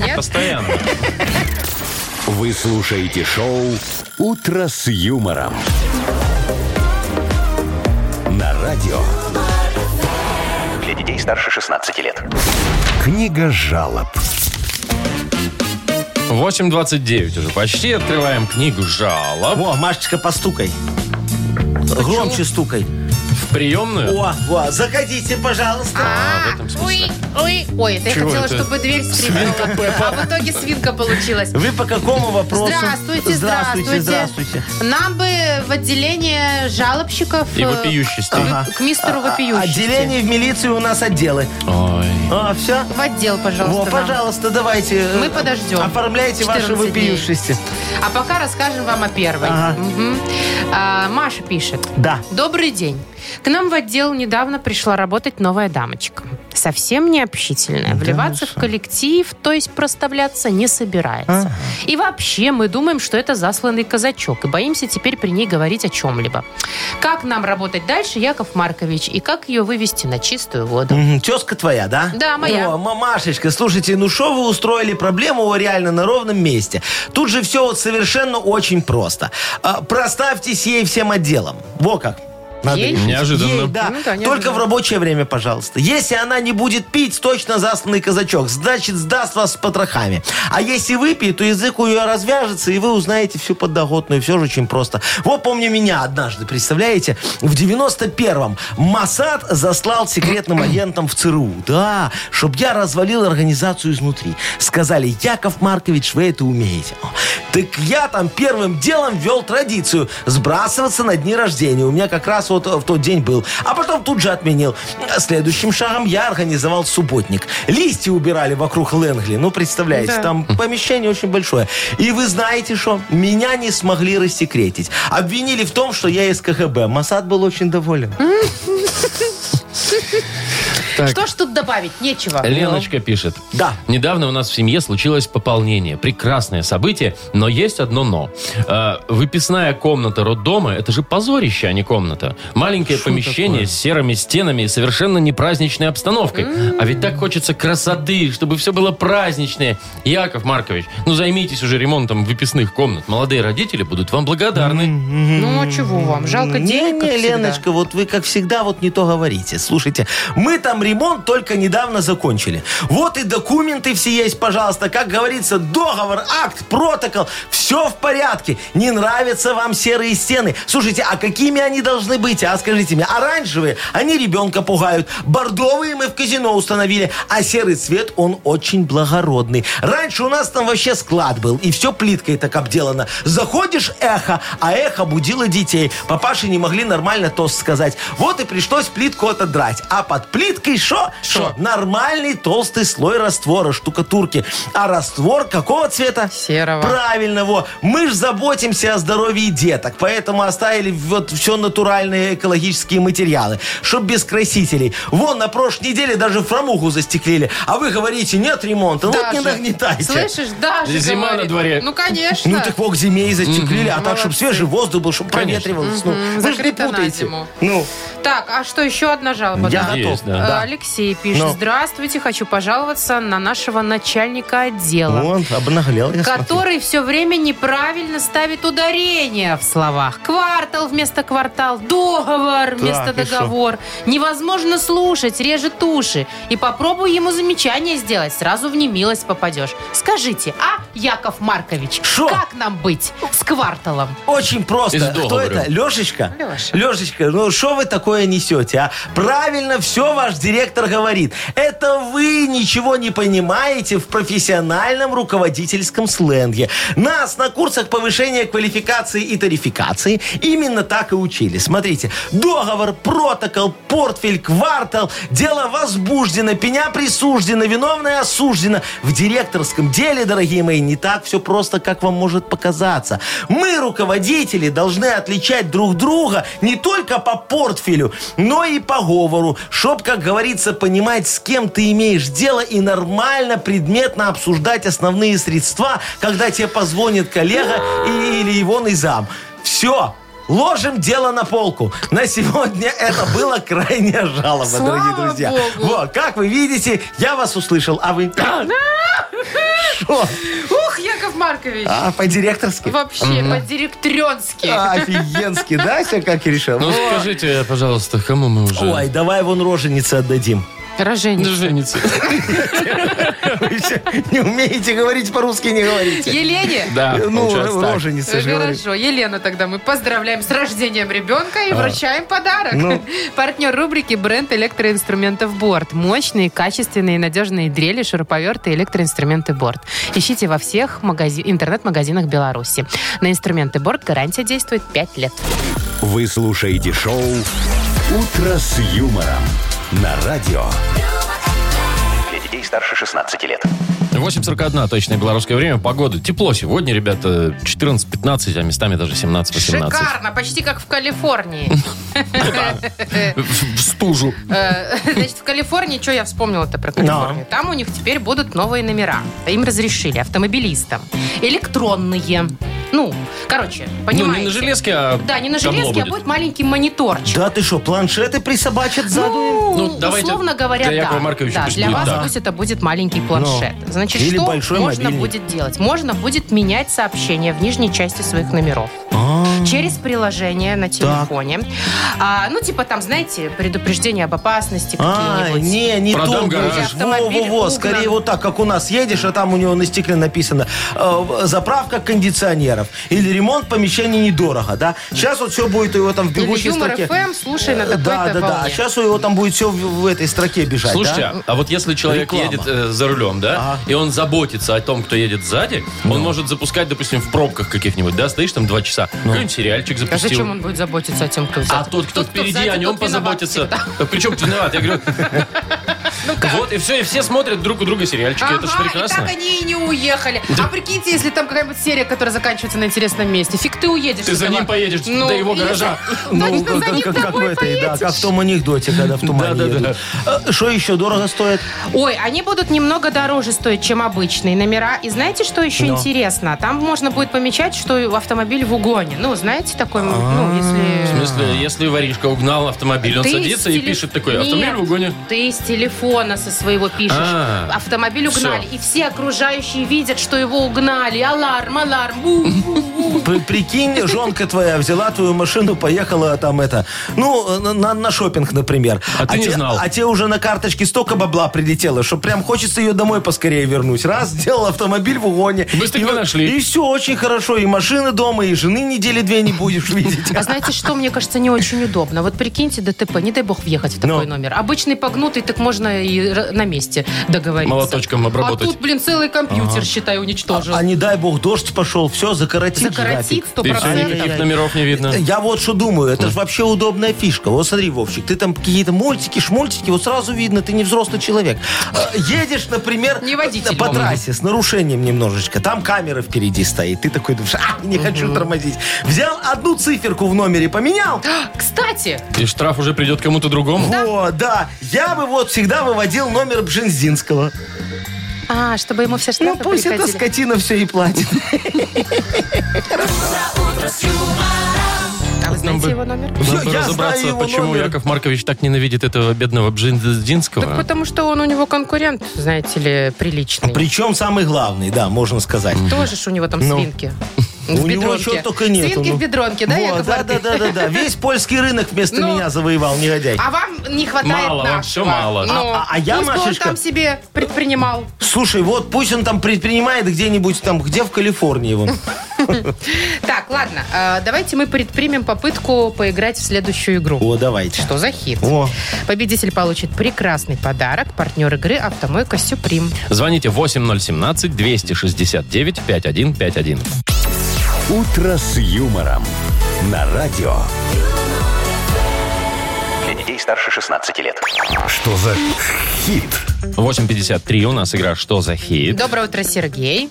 B: Нет?
D: Постоянно.
A: Вы слушаете шоу «Утро с юмором» на радио.
F: Для детей старше 16 лет.
A: Книга жалоб.
D: 8.29 уже почти. Открываем книгу жалоб
C: Во, Машечка, постукай. Громче стукай.
D: в приемную.
C: О, во, заходите, пожалуйста.
D: А, в этом смысле.
B: Ой, ой, это я
D: Чего
B: хотела,
D: это?
B: чтобы дверь скрипнула. А в итоге свинка получилась.
C: Вы по какому вопросу?
B: Здравствуйте, здравствуйте.
C: Здравствуйте, здравствуйте.
B: Нам бы в отделение жалобщиков...
D: И
B: э,
D: вопиющести.
C: Ага.
B: К мистеру вопиющести.
C: А, Отделение в милиции у нас отделы.
D: Ой.
C: А, все?
B: В отдел, пожалуйста,
C: Во,
B: нам.
C: пожалуйста, давайте. э,
B: Мы подождем.
C: Оформляйте ваши
B: 14 дней.
C: вопиющести.
B: А пока расскажем вам о первой.
C: Ага.
B: Мгм. А, Маша пишет.
C: Да.
B: Добрый день. К нам в отдел недавно пришла работать новая дамочка. Совсем не общительная.
C: ну
B: Вливаться в коллектив, то есть проставляться, не собирается. И вообще мы думаем, что это засланный казачок. И боимся теперь при ней говорить о чем-либо. Как нам работать дальше, Яков Маркович? И как ее вывести на чистую воду?
C: Мгм, Тезка твоя, да?
B: Да, моя.
C: О, мамашечка, слушайте, ну что вы устроили проблему вот реально на ровном месте? Тут же все вот совершенно очень просто. А, Проставьтесь ей всем отделом. Во как. Надо
B: Ей?
C: решить.
D: Неожиданно.
C: Ей, да.
B: Ну да, неожиданно.
C: Только в рабочее время, пожалуйста. Если она не будет пить, точно засланный казачок. Значит, сдаст вас с потрохами. А если выпьет, то язык у нее развяжется, и вы узнаете всю подноготную. Все же очень просто. Вот помню меня однажды, представляете? В 91-м Масад заслал секретным агентом в ЦРУ. Да, чтобы я развалил организацию изнутри. Сказали, Яков Маркович, вы это умеете. Так я там первым делом вел традицию сбрасываться на дни рождения. У меня как раз вот э, в тот день был. А потом тут же отменил. Следующим шагом я организовал субботник. Листья убирали вокруг Лэнгли. Ну, представляете,
B: Да.
C: там помещение очень большое. И вы знаете что? Меня не смогли рассекретить. Обвинили в том, что я из КГБ. Масад был очень доволен.
D: Так.
B: Что ж тут добавить? Нечего.
D: Леночка пишет.
C: Да.
D: Недавно у нас в семье случилось пополнение. Прекрасное событие, но есть одно но. Э, выписная комната роддома, это же позорище, а не комната. Маленькое помещение с серыми стенами и совершенно не праздничной обстановкой. А ведь так хочется красоты, чтобы все было праздничное. Яков Маркович, ну займитесь уже ремонтом выписных комнат. Молодые родители будут вам благодарны.
B: Ну, а чего вам? Жалко денег,
C: Не,
B: как
C: не,
B: всегда.
C: Леночка, вот вы, как всегда, вот не то говорите. Слушайте, мы там ремонт только недавно закончили. Вот и документы все есть, пожалуйста. Как говорится, договор, акт, протокол. Все в порядке. Не нравятся вам серые стены. Слушайте, а какими они должны быть? А скажите мне, оранжевые, они ребенка пугают. Бордовые мы в казино установили. А серый цвет, он очень благородный. Раньше у нас там вообще склад был. И все плиткой так обделано. Заходишь, эхо, а эхо будило детей. Папаши не могли нормально тост сказать. Вот и пришлось плитку отодрать. А под плиткой шо? Шо? Нормальный толстый слой раствора, штукатурки. А раствор какого цвета?
B: Серого.
C: Правильно, во. Мы же заботимся о здоровье деток, поэтому оставили вот все натуральные экологические материалы, чтоб без красителей. Вон, на прошлой неделе даже фрамугу застеклили, а вы говорите, нет ремонта, ну вот не
B: Даша,
C: нагнетайте.
B: Слышишь, Даша
D: Зима
B: говорит.
D: на дворе.
B: Ну, конечно.
C: Ну так вот к зиме и застеклили, а так, чтобы
B: Молодцы.
C: свежий воздух был, чтобы
D: Конечно.
C: проветривалось. Ну, вы же не
B: Закрыто на
C: путаете.
B: зиму.
C: Ну,
B: Так, а что, еще одна жалоба?
C: я
B: да?
C: готов.
D: Есть, да.
B: Э,
C: Да.
B: Алексей пишет.
C: Ну.
B: Здравствуйте, хочу пожаловаться на нашего начальника отдела.
C: Вон, обнаглел я смотрю.
B: который все время неправильно ставит ударение в словах. Квартал вместо квартал, договор вместо
C: Так, и шо?
B: договор. Невозможно слушать, режет уши. И попробуй ему замечание сделать, сразу в немилость попадешь. Скажите, а, Яков Маркович,
C: Шо?
B: как нам быть с кварталом?
C: Очень
D: Из
C: просто. Кто
D: договора.
C: это? Лешечка?
B: Леша.
C: Лешечка, ну что вы такое несете, а? Правильно все ваш директор говорит. Это вы ничего не понимаете в профессиональном руководительском сленге. Нас на курсах повышения квалификации и тарификации именно так и учили. Смотрите, договор, протокол, портфель, квартал, дело возбуждено, пеня присуждена, виновная осуждена. В директорском деле, дорогие мои, не так все просто, как вам может показаться. Мы, руководители, должны отличать друг друга не только по портфелю, но и по говору, чтоб, как говорится, понимать, с кем ты имеешь дело и нормально, предметно обсуждать основные средства, когда тебе позвонит коллега и- или его зам. Все, Ложим дело на полку. На сегодня это было крайняя жалоба, дорогие друзья.
B: богу.
C: Вот, как вы видите, я вас услышал, а вы... Что?
B: Ух, Яков Маркович!
C: А, по-директорски?
B: Вообще, по-директренски.
C: *laughs* Офигенски, да, все как и решил?
D: Ну скажите, пожалуйста, кому мы уже...
C: Ой, давай вон роженицы отдадим. *laughs*
B: Рожение.
D: Жениться.
C: Вы еще не умеете говорить по-русски, не говорите.
B: Елене?
D: Да,
C: Ну,
D: получается так.
C: роженица же говорит.
B: Хорошо, Елену тогда мы поздравляем с рождением ребенка и вручаем подарок.
C: А. Ну.
B: *laughs* Партнер рубрики бренд электроинструментов Борт. Мощные, качественные, надежные дрели, шуруповерты, и электроинструменты Борт. Ищите во всех магази- интернет-магазинах Беларуси. На инструменты Борт гарантия действует 5 лет.
A: Вы слушаете шоу «Утро с юмором» на радио.
F: Для детей старше 16 лет.
D: 8.41 точное белорусское время. Погода. Тепло сегодня, ребята. 14-15, а местами даже 17-18.
B: Шикарно, почти как в Калифорнии.
D: *laughs* В стужу.
B: Э, *laughs* Значит, в Калифорнии, что я вспомнила-то про Калифорнию? Там у них теперь будут новые номера. Им разрешили, автомобилистам. Электронные. Ну, короче, понимаете.
D: Ну, не на железке, а
B: Да, не на
D: табло
B: железке, а
D: будет.
B: будет маленький мониторчик.
C: Да ты что, планшеты присобачат сзаду?
B: Ну,
D: Ну, давайте
B: условно говоря,
D: для
B: да.
D: Якова Марковича
B: да,
D: пусть
B: для
D: будет,
B: вас
D: да. Ну,
B: пусть это будет маленький планшет. Значит,
C: Или
B: что
C: большой
B: можно
C: мобильник.
D: А.
B: будет делать? Можно будет менять сообщения в нижней части своих номеров. через приложение на телефоне. А, ну, типа там, знаете, предупреждение об опасности
C: А,
B: какие-нибудь.
C: не, не
D: Продам
C: то
D: гараж.
C: будешь.
B: Автомобиль
C: Во-во-во,
B: угнан.
C: скорее вот так, как у нас едешь, а там у него на стекле написано э, заправка кондиционеров или ремонт помещений недорого, да? Сейчас вот все будет у него там в
B: Или
C: бегущей
B: юмор
C: строке.
B: ФМ, слушай на
C: Да,
B: такой-то
C: да, да. А
B: волне.
C: сейчас у него там будет все в, в этой строке бежать.
D: Слушайте,
C: да?
D: а- а вот если человек
C: Реклама.
D: едет э, за рулем, да,
C: Ага. Ну.
D: и он заботится о том, кто едет сзади, он может запускать, допустим, в пробках каких-нибудь, да, стоишь там два часа,
C: Ну.
D: какой-нибудь сериальчик
B: А
D: запустил.
B: зачем он будет заботиться о тем, кто
D: А
B: сзади?
D: тот, кто впереди,
B: сзади,
D: о нем
B: тот виноват
D: позаботится.
B: всегда. Ну
D: Причем ты виноват, я
B: *laughs*
D: говорю. Вот, и все, и все смотрят друг у друга сериальчики. Это же
B: Ага, и
D: прекрасно.
B: так они и не уехали. А прикиньте, если там какая-нибудь серия, которая заканчивается на интересном месте. Фиг ты уедешь.
D: Ты за
B: этого.
D: ним поедешь
B: Ну,
D: до его
B: и-
D: гаража.
C: Ну,
B: Точно за ним
C: как, как в
B: домой
C: этой, да,
B: поедешь.
C: как в том анекдоте, когда в тумане
D: Да-да-да.
C: едут. А, Что еще дорого стоит?
B: Ой, они будут немного дороже стоить, чем обычные номера. И знаете, что еще
C: Но.
B: интересно? Там можно будет помечать, что автомобиль в угоне. Ну, знаете, такой, ну, если...
D: А, В
C: А.
D: смысле, если воришка угнал автомобиль, он
B: Ты
D: садится
B: с
D: и
B: теле-
D: пишет такой,
B: Нет,
D: автомобиль в угоне.
B: Ты с телефона со своего пишешь.
D: А,
B: Автомобиль угнали.
D: всё.
B: И все окружающие видят, что его угнали. Аларм, аларм. бу, бу, бу.
C: При- Прикинь, жонка твоя взяла твою машину, поехала там это, ну, на- на, на шопинг, например.
D: А ты не
C: те-
D: знал.
C: А тебе уже на карточке столько бабла прилетело, что прям хочется ее домой поскорее вернуть. Раз, сделал автомобиль в угоне.
D: Быстренько
C: и, вот-
D: нашли.
C: И все очень хорошо. И машины дома, и жены недели две не будешь видеть.
B: А знаете, что, мне кажется, не очень удобно? Вот прикиньте ДТП, не дай бог въехать в такой
C: Ну.
B: номер. Обычный погнутый, так можно и р- на месте договориться.
D: Молоточком обработать.
B: А тут, блин, целый компьютер, считай, уничтожил.
C: А не дай бог, дождь пошел, все, закоротит
B: Закоротит
C: график.
B: сто
D: И все,
B: процентов.
D: никаких номеров не видно.
C: Я вот что думаю, это же вообще удобная фишка. Вот смотри, Вовчик, ты там какие-то мультики, шмультики, вот сразу видно, ты не взрослый человек. Э, Едешь, например,
B: Не водитель.
C: по трассе с нарушением немножечко, там камера впереди стоит, ты такой думаешь, а, не хочу тормозить. Взял одну циферку в номере, поменял,
B: Кстати,
D: И штраф уже придет кому-то другому.
C: О, да. Я бы вот всегда выводил номер Бжензинского.
B: а, чтобы ему все штрафы
C: ну пусть эта
B: приходили.
C: скотина все и платит.
B: А вы
D: Нам
B: знаете
D: бы-
B: его номер?
D: Надо
C: Я- я
D: разобраться,
C: знаю его
D: почему
C: номер.
D: Яков Маркович так ненавидит этого бедного
B: Так
D: Бжиндинского.
B: потому что он у него конкурент, знаете ли, приличный.
D: А
C: Причем самый главный, да, можно сказать.
B: Тоже ж у него там
C: Ну.
B: свинки.
C: *laughs* У него чего только ну. нет.
B: Свинки в бедронке, да, Яков
C: да, да,
B: Маркович?
C: да, да, да. Весь польский рынок вместо
B: Ну.
C: меня завоевал, негодяй.
B: А вам не хватает
D: Мало, вам
B: нашего.
D: всё мало.
B: Ну,
C: А- а- а я,
B: пусть бы
C: Машечка-
B: он там себе предпринимал.
C: Слушай, вот пусть он там предпринимает где-нибудь там, где в Калифорнии вон.
B: Так, ладно, э, давайте мы предпримем попытку поиграть в следующую игру.
C: *laughs* О, давайте.
B: Что за хит?
C: О.
B: Победитель получит прекрасный подарок. Партнер игры «Автомойка Сюприм».
D: Звоните 8017-269-5151.
A: «Утро с юмором» на радио.
F: Для детей старше 16 лет.
A: Что за хит?
D: 8.53 у нас игра «Что за хит?»
B: Доброе утро, Сергей.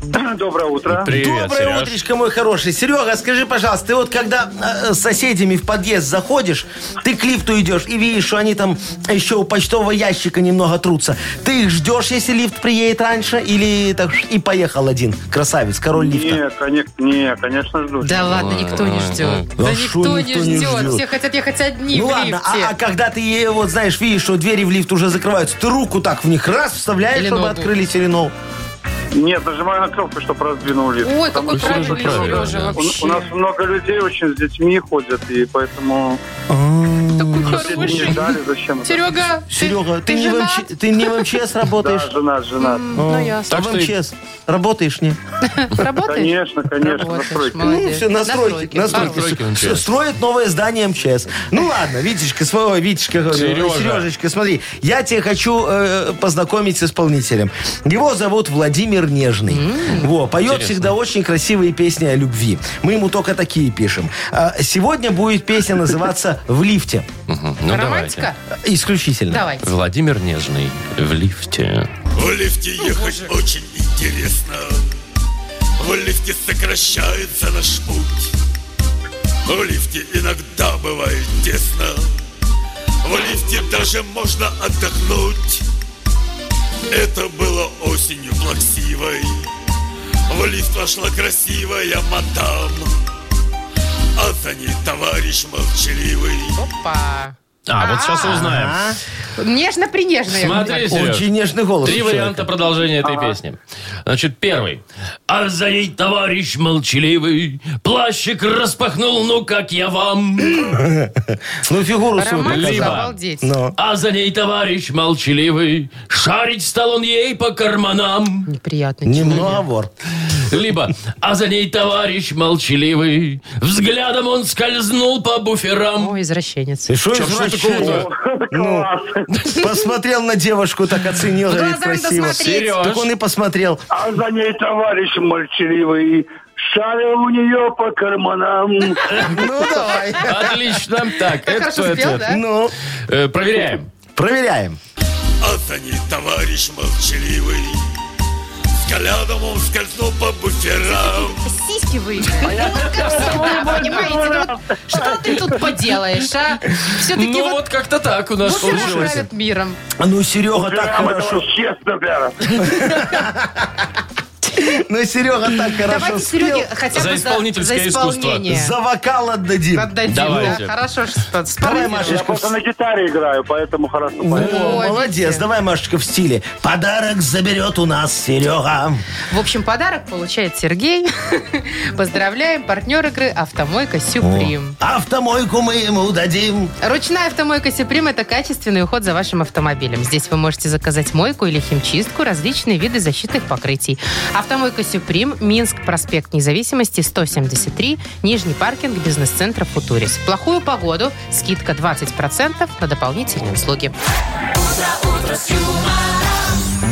H: *clears throat* Доброе утро.
D: Привет,
C: Доброе
D: Сереж.
C: утречко, мой хороший. Серега, скажи, пожалуйста, ты вот когда э, с соседями в подъезд заходишь, ты к лифту идешь и видишь, что они там еще у почтового ящика немного трутся. Ты их ждешь, если лифт приедет раньше, или так ш- и поехал один. Красавец, король лифта.
H: Не, конечно, не, конечно, жду.
B: Да ладно, никто не ждет.
C: ой.
B: Да
C: А
B: никто
C: шо
B: не
C: никто не
B: ждет.
C: ждет?
B: Все хотят ехать одни
C: Ну
B: в
C: ладно, а, а
B: лифте.
C: когда ты, э, вот знаешь, видишь, что двери в лифт уже закрываются, ты руку так в них раз вставляешь,
B: Или
C: чтобы
B: ногу.
C: открылись или ногу.
H: Нет, нажимаю на кнопку, чтобы раздвинули.
B: Ой, какой
D: Всё же
B: правильный
D: правильно,
B: Сережа
D: да.
H: У, у нас
B: вообще.
H: много людей очень с детьми ходят, и поэтому
B: Такой
H: не
B: хороший.
H: ждали, зачем это.
B: Серега, ты-
C: Серега, ты, не в
B: женат?
C: МЧ ты не в
B: *laughs*
C: МЧС
H: Да,
C: работаешь?
H: жена, жена.
B: Ну, ясно.
C: А
D: Так
C: в
D: что и-
C: МЧС работаешь, не?
B: Работаешь?
H: Конечно, конечно,
B: Работаешь,
H: настройки.
B: молодец.
C: Ну, все, настройки.
B: Настройки,
C: Настройки.
D: настройки.
C: С- Строит новое здание МЧС. Ну ладно, Витечка, своего Витечка, говорю.
D: Сережа.
C: Сережечка, смотри, я тебя хочу э, познакомить с исполнителем. Его зовут Владимир Нежный. Во, поет всегда очень красивые песни о любви. Мы ему только такие пишем. А, Сегодня будет песня называться «В лифте». Э,
D: Мгм. Ну,
B: Романтика?
C: Исключительно.
D: давайте.
B: Давайте.
D: Владимир Нежный в лифте.
I: В лифте ехать очень интересно. В лифте сокращается наш путь. В лифте иногда бывает тесно. В лифте даже можно отдохнуть. Это было осенью плаксивой. В лифт вошла красивая мадам. А за ней товарищ молчаливый.
B: Опа.
C: А,
D: А, вот сейчас и узнаем.
B: Нежно-принежно. я
D: Смотри,
B: говорю.
D: Сереж.
C: Очень нежный голос.
D: Три
C: у человека.
D: варианта продолжения этой песни. Значит, первый. А за ней товарищ молчаливый, плащик распахнул, ну как я вам.
C: Ну, фигуру суток.
B: Романтика,
D: Либо.
B: обалдеть.
C: Ну.
D: А за ней товарищ молчаливый, шарить стал он ей по карманам.
B: Неприятный человек.
C: Немного.
D: Либо «А за ней товарищ молчаливый». Взглядом он скользнул по буферам.
B: Ой, извращенец.
C: И что
D: Чё, что
C: извращение? Ну, посмотрел на девушку, так оценил,
B: В
C: говорит,
B: глаза надо
C: красиво.
B: смотреть.
D: Сереж.
C: Так он и посмотрел.
I: А за ней товарищ молчаливый шарил у нее по карманам.
C: Ну, давай.
D: Отлично. Так,
B: Как
D: это
B: хорошо
D: твой
B: спел,
D: ответ.
B: да?
C: Ну,
D: Э, Проверяем.
C: проверяем.
I: А за ней товарищ молчаливый Взглядом он скользнул по буферам
B: Сиськи вы. Вот как всегда, понимаете? Ну вот Что ты тут поделаешь, а? Все-таки
D: Ну
B: вот
D: вот как-то так у нас
B: буферы
D: получилось.
B: правят миром.
C: Ну, Серега так
I: Прям это
C: хорошо.
I: вообще стопляра.
C: Ну, Серега так хорошо
B: Давайте
C: спел.
B: Сереге хотя
D: За
B: бы
D: исполнительское искусство.
B: исполнение.
C: За вокал отдадим.
B: Отдадим,
D: Давайте.
B: да. Хорошо, что
C: Давай,
B: спорим.
I: Я
C: Машечка. в
I: просто на гитаре играю, поэтому хорошо.
C: Во,
I: поет.
B: видите.
C: молодец. Давай, Машечка, в стиле. Подарок заберет у нас Серега.
B: В общем, подарок получает Сергей. *laughs* Поздравляем, партнер игры «Автомойка Сюприм».
C: Автомойку мы ему дадим.
B: Ручная автомойка «Сюприм» — это качественный уход за вашим автомобилем. Здесь вы можете заказать мойку или химчистку, различные виды защитных покрытий. Автомойка «Сюприм», Минск, проспект Независимости, 173, Нижний паркинг, бизнес-центр «Футурис». В плохую погоду скидка 20% на дополнительные услуги.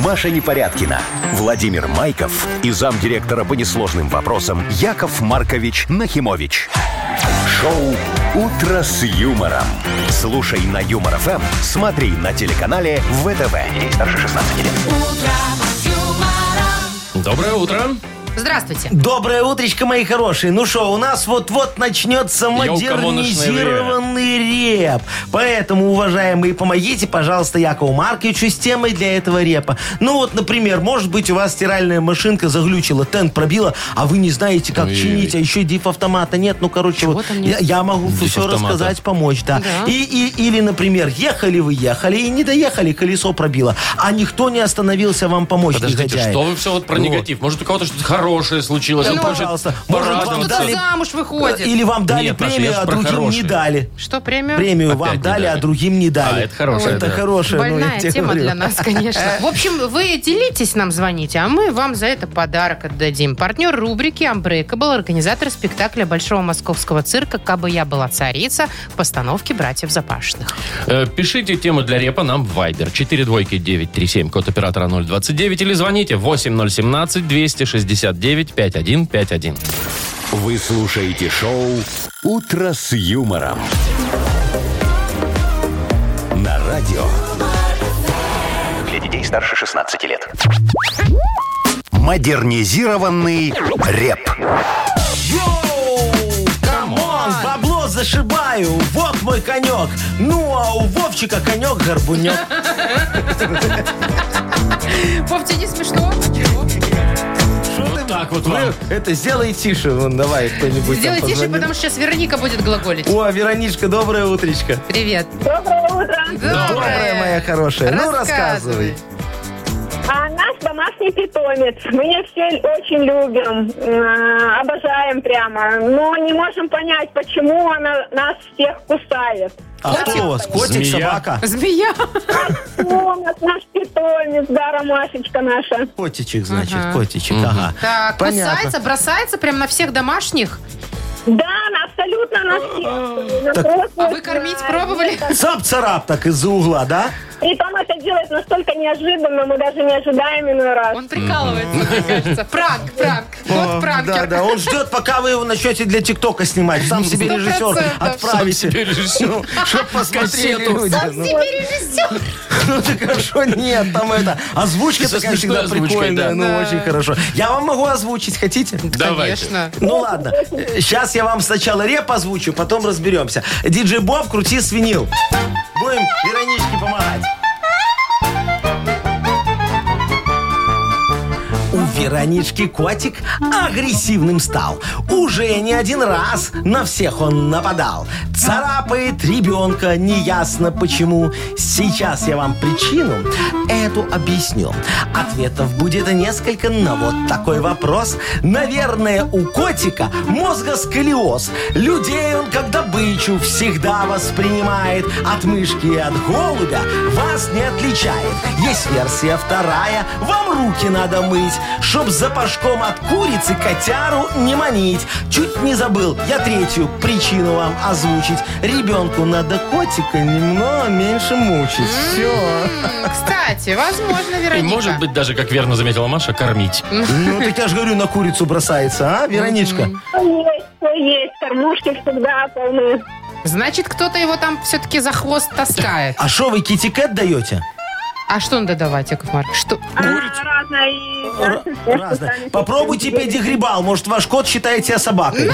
A: Маша Непорядкина, Владимир Майков и замдиректора по несложным вопросам Яков Маркович Нахимович. Шоу «Утро с юмором». Слушай на Юмор ФМ, смотри на телеканале ВТВ. Ей старше 16 лет.
D: Доброе утро.
B: Здравствуйте.
C: Доброе утречко, мои хорошие. Ну что, у нас вот-вот начнется модернизированный реп. Поэтому, уважаемые, помогите, пожалуйста, Якову Марковичу с темой для этого репа. Ну вот, например, может быть, у вас стиральная машинка заглючила, тент пробила, а вы не знаете, как чинить, а еще дип-автомата нет. Ну, короче, вот
B: там
C: я,
B: нет?
C: я могу все
D: Дип-автомата.
C: рассказать, помочь, да.
B: Да.
C: И, и- или, например, ехали вы, ехали и не доехали, колесо пробило, а никто не остановился вам помочь,
D: Подождите,
C: негодяи.
D: что вы все вот про
C: Ну.
D: негатив? Может, у кого-то что-то хорошее случилось?
C: Да
D: он
C: ну,
D: хочет
C: пожалуйста. Может, вам
D: порадоваться?
C: дали-
B: Кто-то замуж выходит.
C: Или вам дали
D: Нет, Маша,
C: премию,
D: я ж
C: а
D: про
C: другим
D: хорошие.
C: не дали.
B: Что, премию?
C: Премию
D: Опять
C: вам
D: не
C: дали,
D: дали.
C: а другим не дали.
D: А, это хорошая,
C: Это
D: да.
C: хорошая, ну, я
B: Больная
C: тебе
B: тема
C: говорю.
B: для нас, конечно.
C: *laughs*
B: В общем, вы делитесь нам, звоните, а мы вам за это подарок отдадим. Партнер рубрики «Unbreakable», организатор спектакля Большого московского цирка «Кабы я была царица» в постановке «Братьев Запашных».
D: Э, Пишите тему для репа нам в Viber. 4 двойки 937, код оператора 029. Или звоните 8017-269-5151.
A: Вы слушаете шоу «Утро с юмором». На радио
F: Для детей старше 16 лет.
A: «Модернизированный реп».
C: Йоу! Камон! Бабло зашибаю, вот мой конек. Ну, а у Вовчика конек горбунек.
B: *laughs* Вов, тебе не смешно?
D: Вот так вот вам.
C: Вы Это сделай тише, ну, давай кто-нибудь. там
B: Сделай тише,
C: позвонит.
B: потому что сейчас Вероника будет глаголить.
C: О, Вероничка, доброе утречко.
B: Привет.
E: Доброе утро.
C: Доброе, моя хорошая. Ну, рассказывай.
E: А наш домашний питомец. Мы ее все очень любим, э, обожаем прямо. Но не можем понять, почему она нас всех кусает.
C: А кто у вас? Котик,
D: Змея.
C: собака?
B: Змея.
E: Он Ну, наш питомец, да, Ромашечка наша.
C: Котичек, значит,
B: Ага.
C: котичек, ага.
B: Так,
C: Понятно.
B: кусается, бросается прям на всех домашних.
E: Да, она абсолютно на всех. Она просто,
B: А вы кормить
E: э,
B: пробовали?
C: Цап-царап так из-за угла, да?
E: Притом это делает настолько неожиданно, мы даже не ожидаем иной раз.
B: Он прикалывается, мне кажется. Пранк, пранк. Вот
C: О, Да,
B: пранкер.
C: да, он ждет, пока вы его начнете для ТикТока снимать. Сам себе
B: Сто
C: режиссер
B: процентов.
C: отправите. Ну,
D: Пережил.
C: Чтоб посмотрели
D: Кассету.
C: люди.
B: Сам
C: Ну,
B: себе режиссер.
C: Ну так хорошо, нет, там это, озвучка
D: Со
C: такая
D: смешной
C: всегда
D: озвучкой, да.
C: прикольная, ну
B: Да.
C: очень хорошо. Я вам могу озвучить, хотите?
D: Давайте.
B: Конечно.
C: Ну ладно, сейчас я вам сначала реп озвучу, потом разберемся. Диджей Боб, крути свинил. Будем Вероничке помогать. У Веронички котик агрессивным стал. Уже не один раз на всех он нападал. Цап, Царапает ребенка, неясно почему. Сейчас я вам причину эту объясню. Ответов будет несколько на вот такой вопрос. Наверное, у котика мозга сколиоз. Людей он как добычу всегда воспринимает. От мышки и от голубя вас не отличает. Есть версия вторая. Вам руки надо мыть, чтоб запашком от курицы котяру не манить. Чуть не забыл, я третью причину вам озвучить. Ребенку надо котика немного меньше мучить. Все.
B: М, Кстати, возможно,
D: И,
B: Вероника.
D: может быть, даже, как верно заметила Маша, кормить.
C: Ну, так я же говорю, на курицу бросается, а, Вероничка?
E: Что есть, что есть. Кормушки всегда полны.
B: Значит, кто-то его там все-таки за хвост таскает.
C: А что вы китикет даете?
B: А что надо давать, Яков Марк? Что?
E: А, разное и
C: Р-
E: мясо с
C: Разное.
E: вкусами.
C: Попробуйте педигрибал, может, ваш кот считает себя собакой.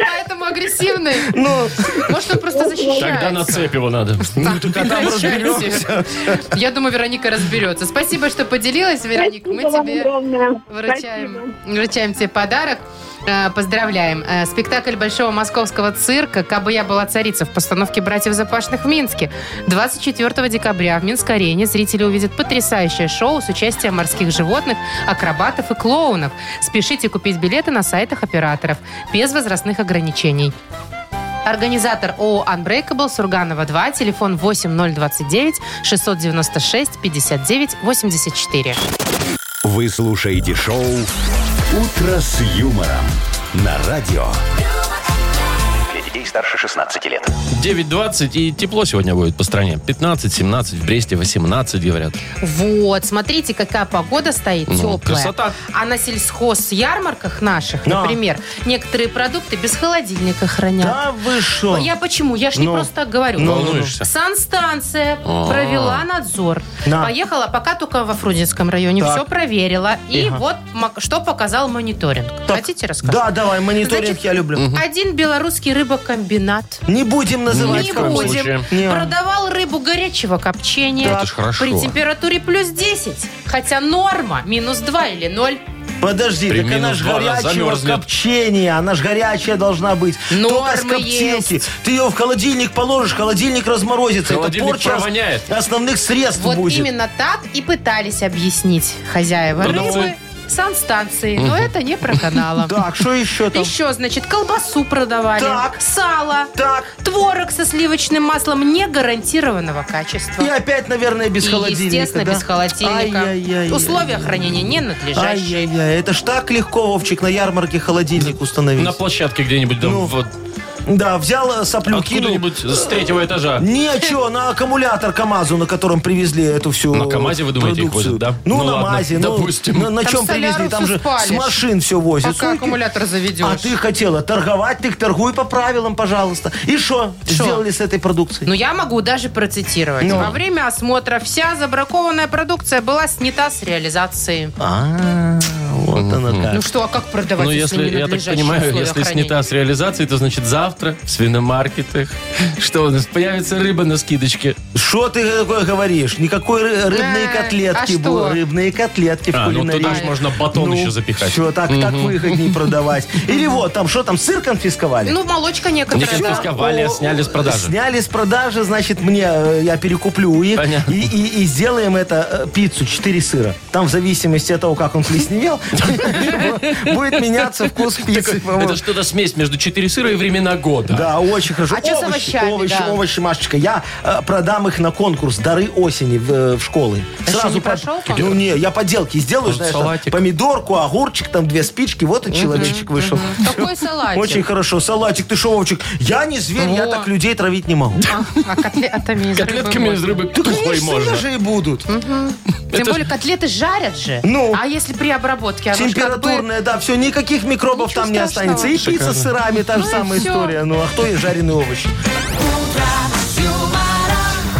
B: Поэтому агрессивный. Может, он
D: Тогда на
B: просто
D: Ну,
B: защищается.
D: цепь его
C: *laughs*
D: надо.
B: Так, Я думаю, Вероника разберется. Спасибо, что поделилась, Вероника. Мы
E: Спасибо вам
B: тебе
E: огромное. Спасибо.
B: Вручаем, вручаем тебе подарок. Э, Поздравляем. Э, Спектакль Большого Московского цирка «Кабы я была царица» в постановке «Братьев Запашных» в Минске. 24 декабря в Минской арене зрители увидят потрясающее шоу с участием морских животных, акробатов и клоунов. Спешите купить билеты на сайтах операторов. Без возрастных ограничений. Организатор ООО Unbreakable Сурганова 2, телефон 8029 696 59 84.
A: Вы слушаете шоу «Утро с юмором» на радио.
F: Для детей старше 16 лет.
D: 9.20 и тепло сегодня будет по стране. 15-17, в Бресте 18, говорят.
B: Вот, смотрите, какая погода стоит
D: Ну,
B: теплая.
D: красота.
B: А на сельхоз-ярмарках наших,
C: Да.
B: например, некоторые продукты без холодильника хранят.
C: Да вы что?
B: Я почему? Я ж не
C: Ну.
B: просто так говорю.
C: Ну,
D: Волнуешься.
B: Санстанция
D: А.
B: провела надзор.
C: Да.
B: Поехала пока только во Фрунзенском районе.
C: Так.
B: Все проверила. И
C: Ага.
B: вот мак- что показал мониторинг.
C: Так.
B: Хотите рассказать?
C: Да, давай, мониторинг
B: Значит,
C: я люблю.
B: Один белорусский рыбокомбинат
C: Не будем называть.
B: не
D: коем
C: кого.
D: случае.
B: будем.
C: Не.
B: Продавал рыбу горячего копчения.
D: Это ж хорошо.
B: При температуре плюс 10. Хотя норма минус 2 или 0.
C: Подожди,
D: При
C: так она
D: минус
C: ж
D: два раз
C: горячего
D: замерзнет.
C: копчения, она ж горячая должна быть.
B: Нормы
C: Только с копчилки.
B: есть.
C: Ты ее в холодильник положишь, холодильник разморозится.
D: Холодильник
C: Это порча
D: провоняет.
C: основных средств
B: Вот
C: будет.
B: именно так и пытались объяснить хозяева
D: Продавцы.
B: рыбы санстанции. Но это не
C: *laughs*
B: проканало.
C: Так, что еще там?
B: Еще, значит, колбасу продавали.
C: Так.
B: Сало.
C: Так,
B: Творог со сливочным маслом не гарантированного качества.
C: и опять, наверное, без
B: И,
C: холодильника.
B: естественно,
C: да?
B: без холодильника.
C: Ай-яй-яй-яй.
B: Условия хранения ненадлежащие.
C: Ай-яй-яй, это ж так легко, Вовчик, на ярмарке холодильник установить.
D: На площадке где-нибудь, там,
C: Ну,
D: вот,
C: Да, взял э, соплю, кинул.
D: откуда-нибудь с третьего этажа.
C: Ничего, а на аккумулятор КАМАЗу, на котором привезли эту всю
D: На «КамАЗе», вы думаете, их
C: продукцию.
D: возят, да?
C: Ну,
D: Ну
C: на
D: ладно,
C: МАЗе. ну,
D: допустим.
C: На, на
B: Там
C: чем привезли?
B: соляру
C: Там
B: всю
C: же
B: спалишь.
C: с машин все возят.
B: Пока
C: Сумки.
B: аккумулятор заведешь.
C: А ты хотела торговать, ты торгуй по правилам, пожалуйста. И что
B: Шо?
C: сделали с этой продукцией?
B: Ну, я могу даже процитировать.
C: Ну.
B: Во время осмотра вся забракованная продукция была снята с реализации.
C: А, вот она
B: Ну
C: как.
B: что, а как продавать,
D: Ну, если, я так
B: ненадлежащие
D: понимаю,
B: условия
D: если
B: хранения?
D: снята с реализации, то значит завтра в свиномаркетах, что у нас, появится рыба на скидочке.
C: Что ты такое говоришь? Никакой ры- рыбные
B: Э, а
C: котлетки.
B: что?
C: было. Рыбные котлетки в
D: А, ну
C: кулинарии.
D: туда же можно батон еще запихать.
C: Все, так, так выгоднее продавать. Или вот, там что там, сыр конфисковали?
B: Ну, молочка
D: Не
B: некоторая.
D: конфисковали, а сняли с продажи.
C: Сняли с продажи, значит, мне э, я перекуплю у них
D: Понятно.
C: и, и- и сделаем это э, пиццу 4 сыра. Там в зависимости от того, как он плесневел, *laughs* будет меняться вкус пиццы.
D: Это что-то смесь между четыре сыра и времена года.
C: Да, очень хорошо.
B: А чё с овощами,
C: овощи,
B: да?
C: овощи, Машечка. Я э, продам их на конкурс «Дары осени» в, э, в школы.
B: А что, не
C: по-
B: прошел конкурс?
C: Ну, не, я поделки сделаю,
D: Вот
C: знаешь, там
D: салатик.
C: помидорку, огурчик, там две спички, вот и человечек вышел.
B: Какой салатик?
C: Очень хорошо. Салатик, ты шо, Вовчик? Я не зверь, я
B: Во.
C: так людей травить не могу.
B: А, а котлетами из рыбы
D: Котлетками из
B: можно.
D: рыбы
C: Да,
D: тупой
C: конечно,
D: можно.
C: свежие будут.
B: Тем
D: Это-
B: более котлеты жарят же.
C: Ну.
B: а если при обработке? оно ж как бы-
C: Температурная, да, все, никаких микробов
B: Ничего
C: там не
B: страшного.
C: останется. И пицца с сырами, та же
B: Ну и
C: самая
B: всё.
C: история. Ну, а кто и жареные овощи?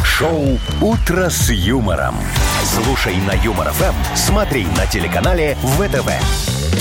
A: Шоу «Утро с юмором». Слушай на Юмор ФМ, смотри на телеканале ВТВ.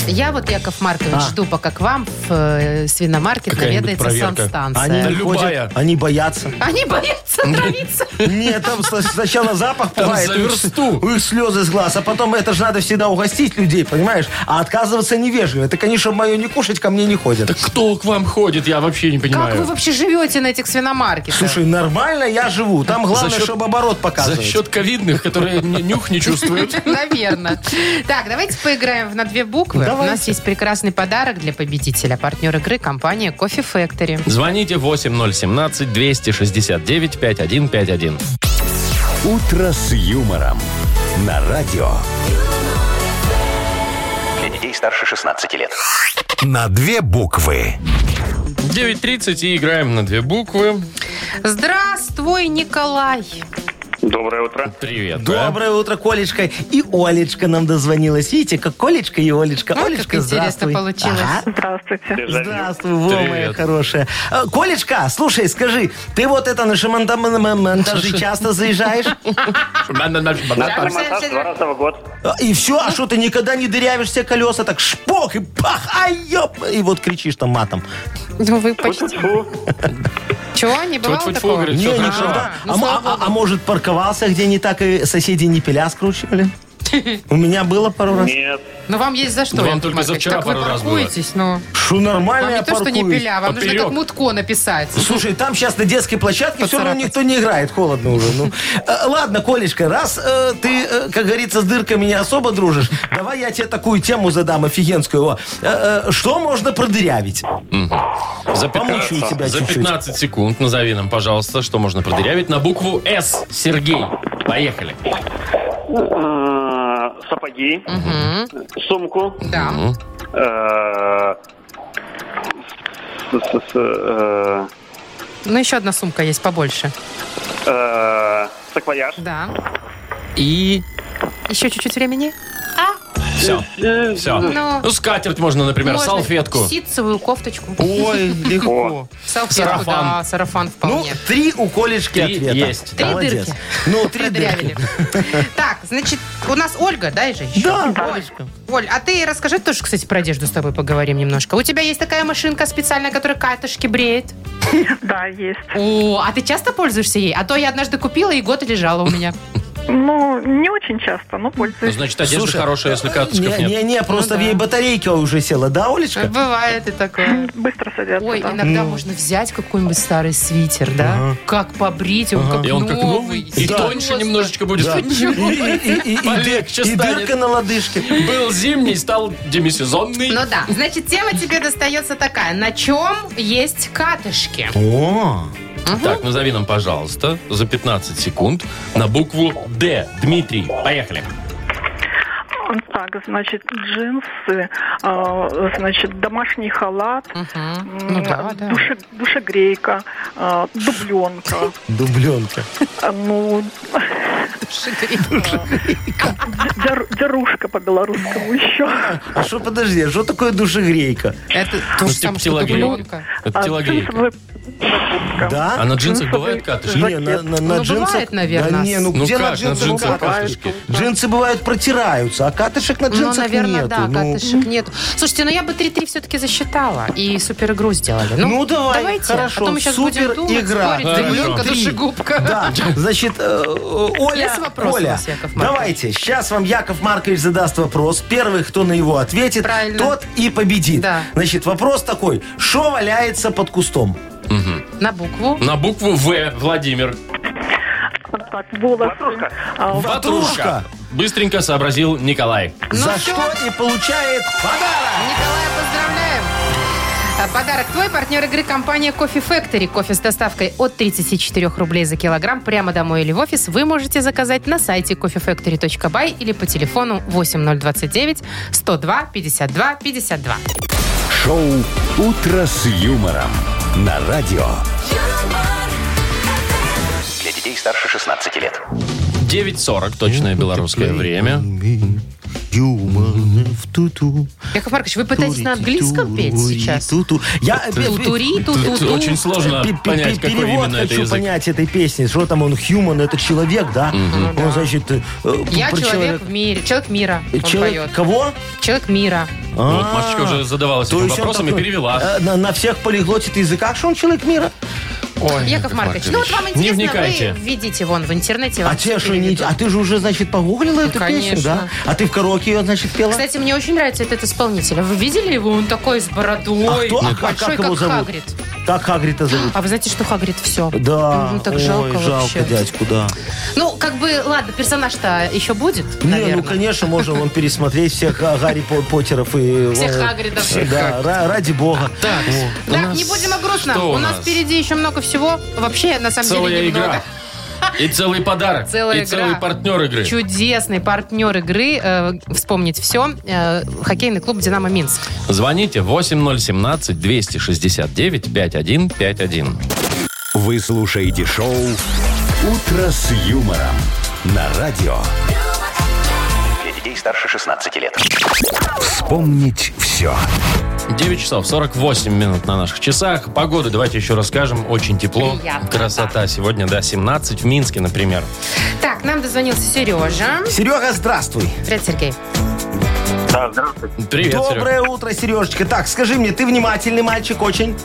B: Я вот, Яков Маркович, жду, пока к вам в э, свиномаркет
D: А. Какая-нибудь
B: наведается
D: проверка.
C: Они
D: Да
C: не
B: санстанция.
D: любая.
C: ходят, они боятся.
B: Они боятся травиться.
C: Нет, там с- сначала запах
D: Там
C: пугает,
D: за
C: у них
D: версту.
C: с- у их слезы с глаз, а потом это же надо всегда угостить людей, понимаешь? А отказываться невежливо. Так они, чтобы мое не кушать, ко мне не ходят.
D: Так кто к вам ходит, я вообще не
B: Как вы
D: понимаю.
B: вообще живете на этих свиномаркетах?
C: Слушай, нормально я живу. Там главное,
D: счет-
C: чтобы оборот показывать.
D: За счет ковидных, которые ни- нюх не чувствуют.
B: *laughs* Наверное. Так, давайте поиграем в на две буквы. У
C: Давайте.
B: нас есть прекрасный подарок для победителя. Партнер игры компания Кофе Factory.
D: Звоните 8017-269-5151.
A: «Утро с юмором» на радио.
F: Для детей старше 16 лет.
A: На две буквы.
D: 9.30 и играем на две буквы.
B: Здравствуй, Николай.
H: Доброе утро.
D: Привет. да?
C: Доброе утро, Колечка. И Олечка нам дозвонилась. Видите, как Колечка и Олечка.
B: Ой,
C: Олечка,
B: как интересно
C: здравствуй.
B: получилось.
C: Ага.
H: Держать руку.
C: Здравствуй, во,
D: Привет.
C: моя хорошая. А, Колечка, слушай, скажи, ты вот это на шамонта- м- м- монтажи
B: *laughs*
C: часто заезжаешь?
H: На массаж два раза в год.
C: А, И все, а что ты никогда не дырявишь все колеса, так шпок и пах, ай, ёп, и вот кричишь там матом.
B: Ну, вы почти...
H: Тьфу.
B: Чего, не бывало
D: Тьфу-тьфу-тьфу,
B: такого?
D: говорит,
C: Не,
D: Всё хорошо.
C: никогда.
B: ну,
C: А м-
B: слава
C: а- а может парковался, где не так и соседи не пиля
B: *laughs*
C: скручивали? У меня было пару раз.
H: Нет.
B: Ну, вам есть за что.
D: Ну, вам
B: Яков
D: только за
B: Маркович.
D: вчера
B: Так вы
D: пару раз было.
B: паркуетесь, ну.
C: Что нормально
B: Вам
C: я
B: не то, что не
C: паркуюсь.
B: пиля, вам нужно
D: Поперек.
B: как мутко написать.
C: Слушай, там сейчас на детской площадке все равно
B: Поцарапать.
C: никто не играет, холодно уже. ну. Э, Ладно, Колечка, раз э, ты, э, как говорится, с дырками не особо дружишь, давай я тебе такую тему задам офигенскую. О, э, э, Что можно продырявить?
D: За
C: Помучаю
D: 15,
C: тебя
D: за
C: чуть-чуть.
D: 15 секунд назови нам, пожалуйста, что можно продырявить на букву «С». Сергей, поехали.
H: А, Сапоги. Сумку.
B: Да.
H: э, с- с- с, э,
B: Ну, еще одна сумка есть побольше.
H: э, Саквояж.
B: Да.
D: И
B: Еще чуть-чуть времени.
D: все. Все.
B: Ну.
D: Ну, скатерть можно, например,
B: Можно
D: салфетку.
B: Ситцевую кофточку.
C: Ой, легко.
B: Салфетку,
D: Сарафан.
B: да, сарафан
C: Ну,
B: вполне.
C: три у Колечки
D: Три
C: ответа.
D: есть,
B: да. Три
C: Молодец.
B: дырки.
C: Ну, три
B: Продырявили.
C: дырки.
B: Так, значит, у нас Ольга, да, же еще?
C: Да,
B: Олечка. Оль, а ты расскажи тоже, кстати, про одежду с тобой поговорим немножко. У тебя есть такая машинка специальная, которая катышки бреет?
J: Да, есть.
B: О, а ты часто пользуешься ей? А то я однажды купила и год лежала у меня.
J: Ну, не очень часто, но
D: Ну,
J: пользуюсь.
D: значит, одежда
C: Слушай,
D: хорошая, если карточков нет.
C: Не-не-не,
B: Ну
C: просто в ей батарейка уже села, да, Олечка?
B: Бывает и такое.
J: Быстро садятся.
B: Ой,
J: да.
B: иногда
D: Ну.
B: можно взять какой-нибудь старый свитер, да? Как побрить его, как
D: И он как новый. И
C: Да.
D: тоньше немножечко будет.
C: Да. И- и- и- и- и
D: Полегче
C: дыр- и
D: станет.
C: дырка на лодыжке.
D: *laughs* Был зимний, стал демисезонный.
B: Ну да, значит, тема тебе достается такая. На чем есть катышки?
C: О,
D: Так, назови нам, пожалуйста, за 15 секунд на букву «Д». Дмитрий, поехали.
J: Так, значит, джинсы, э, значит, домашний халат,
B: Мгм.
J: м,
B: Ну да, да.
J: душе- душегрейка, э, дубленка.
C: дубленка.
J: э, Ну, дер- дерушка по-белорусскому еще.
C: А что, подожди, а что такое душегрейка?
B: Это то
D: Ну,
B: же
D: типа
B: самое, что
D: телогрейка.
B: дубленка.
D: Это телогрейка.
J: Джинсовая закупка.
C: Да?
D: А на джинсах бывают катышки?
C: Не, на, на- на
B: Ну,
C: джинсах...
B: бывает, наверное,
C: Да не, ну,
D: Ну
C: где
D: как,
C: на
D: на
C: джинсах
D: джинсах
C: бывает?
D: катышки?
C: Джинсы бывают протираются, а катышек на
B: Ну,
C: джинсах
B: наверное,
C: нету.
B: да,
C: ну.
B: катышек нету. Слушайте, ну я бы 3-3 все-таки засчитала и супер игру сделали. Ну,
C: Ну, давай,
B: давайте.
C: хорошо,
B: Потом мы сейчас будем
C: супер
B: думать,
C: игра.
B: спорить,
D: Хорошо.
B: дубленка,
C: Три.
B: душегубка.
C: Да, значит, э, э, Оля,
B: Есть вопросы у
C: Оля,
B: вас, Яков Маркович?
C: давайте, сейчас вам Яков Маркович задаст вопрос. Первый, кто на его ответит,
B: Правильно.
C: тот и победит.
B: Да.
C: Значит, вопрос такой, что валяется под кустом?
B: На букву.
D: На букву «В» Владимир.
J: Так, волосы.
H: Ватрушка.
J: а,
C: Ватрушка.
D: Быстренько сообразил Николай.
B: Ну
C: За
B: всё.
C: что и получает подарок.
B: Николая поздравляем! А Подарок твой, партнер игры компания Кофе Factory. Кофе с доставкой от 34 рублей за килограмм прямо домой или в офис вы можете заказать на сайте coffeefactory.by или по телефону 8029 102 52 52.
A: Шоу «Утро с юмором» на радио.
F: Для детей старше 16 лет.
D: 9.40, точное белорусское время.
C: Юмор в ту-ту.
B: Яков Маркович, вы пытаетесь на английском петь сейчас?
C: Ту-ту. Я э, э, э,
B: Тури,
D: Тут
B: ту-ту-ту.
D: очень сложно
C: Пе- пе-
D: понять,
C: пе-
D: какой
C: Перевод
D: именно это
C: хочу
D: язык.
C: понять этой песни. Что там он, human, это человек, да? Он, значит, э, э,
B: Я
C: про
B: человек в мире. Человек мира. Он
C: Человек
B: поет.
C: кого? А.
B: Человек мира.
D: Ну, Вот Машечка уже задавалась этим
C: он
D: вопросом и
C: такой,
D: перевела.
C: э, На, на всех полиглотит языках, что он человек мира.
D: Ой,
B: Яков Маркович, ну вот вам
D: Не
B: интересно,
D: вникайте.
B: вы введите вон в интернете. вам
C: А
B: все
C: тебе что не...
B: переведут.
C: А ты же уже, значит, погуглила эту песню,
B: конечно.
C: да? А ты в караоке ее, значит, пела?
B: Кстати, мне очень нравится этот исполнитель. А Вы видели его? Он такой с бородой.
C: а кто? а как,
B: Большой,
C: как его
B: как
C: зовут?
B: Хагрид.
C: Как Хагрита зовут?
B: А вы знаете, что Хагрид все?
C: Да.
B: Ну, так
C: Ой,
B: жалко вообще.
C: дядьку, да.
B: Ну, как бы, ладно, персонаж-то еще будет,
C: Не, ну,
B: наверное.
C: конечно, можно вон пересмотреть всех а, Гарри По- Поттеров и...
B: Всех
C: э,
B: Хагридов.
C: все, Да, ра- ради бога.
D: Так, у
B: Так,
D: нас-
B: не будем о грустном.
D: что
B: У нас впереди еще много всего. Вообще, на самом
D: Целая
B: деле, немного.
D: игра. И целый подарок.
B: Целая
D: и целый
B: игра.
D: партнер игры.
B: Чудесный партнер игры э, «Вспомнить все» э, хоккейный клуб «Динамо Минск».
D: Звоните 8017-269-5151.
A: Вы слушаете шоу «Утро с юмором» на радио.
F: Для детей старше 16 лет.
A: Вспомнить все.
D: 9 часов 48 минут на наших часах. Погода, давайте еще расскажем. Очень тепло.
B: Приятно.
D: Красота. Сегодня, да, 17 в Минске, например.
B: Так, нам дозвонился Сережа.
C: Серега, здравствуй.
B: Привет, Сергей.
H: Да, здравствуйте.
D: Привет, Серег.
C: Доброе утро, Сережечка. Так, скажи мне, ты внимательный мальчик очень?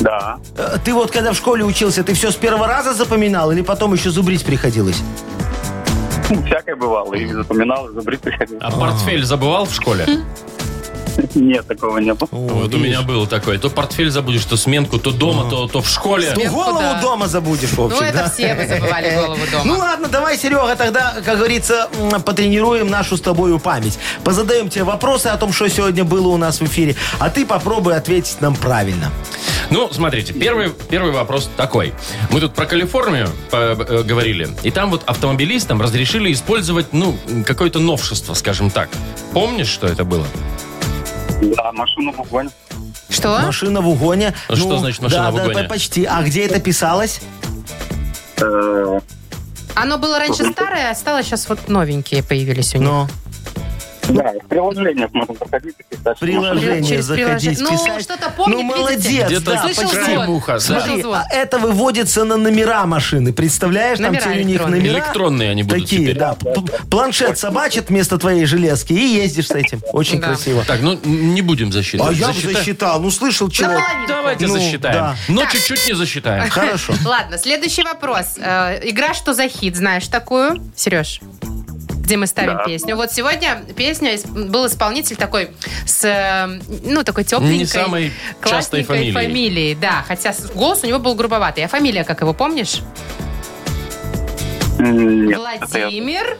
H: Да.
C: Э, Ты вот когда в школе учился, ты все с первого раза запоминал или потом еще зубрить приходилось?
H: Ну, всякое бывало. И запоминал, и зубрить приходил.
D: А Хм. портфель забывал в школе?
H: Нет, такого не было.
D: Вот у меня было такое. То портфель забудешь, то сменку, то дома, то, то в школе.
C: Ты
B: Сменку,
C: Ну, голову
B: да.
C: дома забудешь, в общем,
B: Ну, это
C: да?
B: все мы забывали голову
C: Ну
B: дома.
C: ладно, давай, Серега, тогда, как говорится, м, потренируем нашу с тобою память. Позадаем тебе вопросы о том, что сегодня было у нас в эфире, а ты попробуй ответить нам правильно.
D: Ну, смотрите, первый, первый вопрос такой. Мы тут про Калифорнию э, э, говорили, и там вот автомобилистам разрешили использовать, ну, какое-то новшество, скажем так. Помнишь, что это было?
H: Да, машину буквально.
B: Что?
C: Машина в угоне. Ну,
D: А что значит машина
C: да,
D: в угоне?
C: Да, по- почти. А где это писалось?
H: Э,
B: Оно было раньше старое, а стало сейчас вот новенькие появились у них.
C: Но
H: Да, в приложениях можно проходить и писать.
C: приложение
B: Через
C: заходить,
B: приложение. Ну,
C: писать.
B: что-то помнит,
C: Ну,
B: видите?
C: молодец,
D: Где-то
C: да,
B: Слышал
C: почти.
B: звон.
D: уха, да.
B: Слышал
C: Смотри,
B: звон.
C: а это выводится на номера машины. Представляешь,
B: Номера
C: там теперь у них
B: электронные.
C: номера.
D: Электронные они будут
C: Такие,
D: теперь.
C: да. П- Планшет собачит вместо твоей железки и ездишь с этим. Очень
B: Да.
C: красиво.
D: Так, ну, не будем засчитывать.
C: А я бы
D: Засчитай-
C: засчитал. Ну, слышал человек.
D: Давайте
C: Ну,
D: засчитаем.
C: да.
D: Но чуть-чуть не засчитаем.
C: Хорошо.
B: *laughs* Ладно, следующий вопрос. Э, Игра «Что за хит?» Знаешь такую, Сереж? Где мы ставим
H: Да.
B: песню. Вот сегодня песня исп- был исполнитель такой с, э, ну, такой тепленькой,
D: Не самой частой
B: классненькой
D: фамилией.
B: фамилией. Да, хотя с- голос у него был грубоватый. А фамилия, как его, помнишь?
H: М, Нет, это я-
B: Владимир.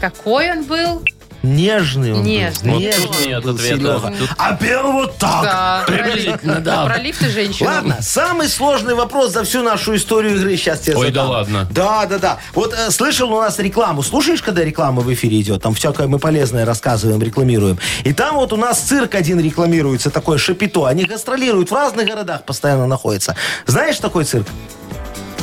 B: Какой он был?
C: Нежный он был,
B: Нежный.
D: Вот
C: нежный
D: тут нет
C: был,
D: ответа.
C: Серега.
D: Тут-
C: А пел вот так.
B: Да,
D: приблизительно, да.
B: Про лифты женщину.
C: Ладно, самый сложный вопрос за всю нашу историю игры сейчас тебе
D: Ой,
C: задам.
D: да ладно.
C: Да, да, да. Вот э, слышал у нас рекламу. Слушаешь, когда реклама в эфире идет? Там всякое мы полезное рассказываем, рекламируем. И там вот у нас цирк один рекламируется, такое шапито. Они гастролируют в разных городах, постоянно находятся. Знаешь такой цирк?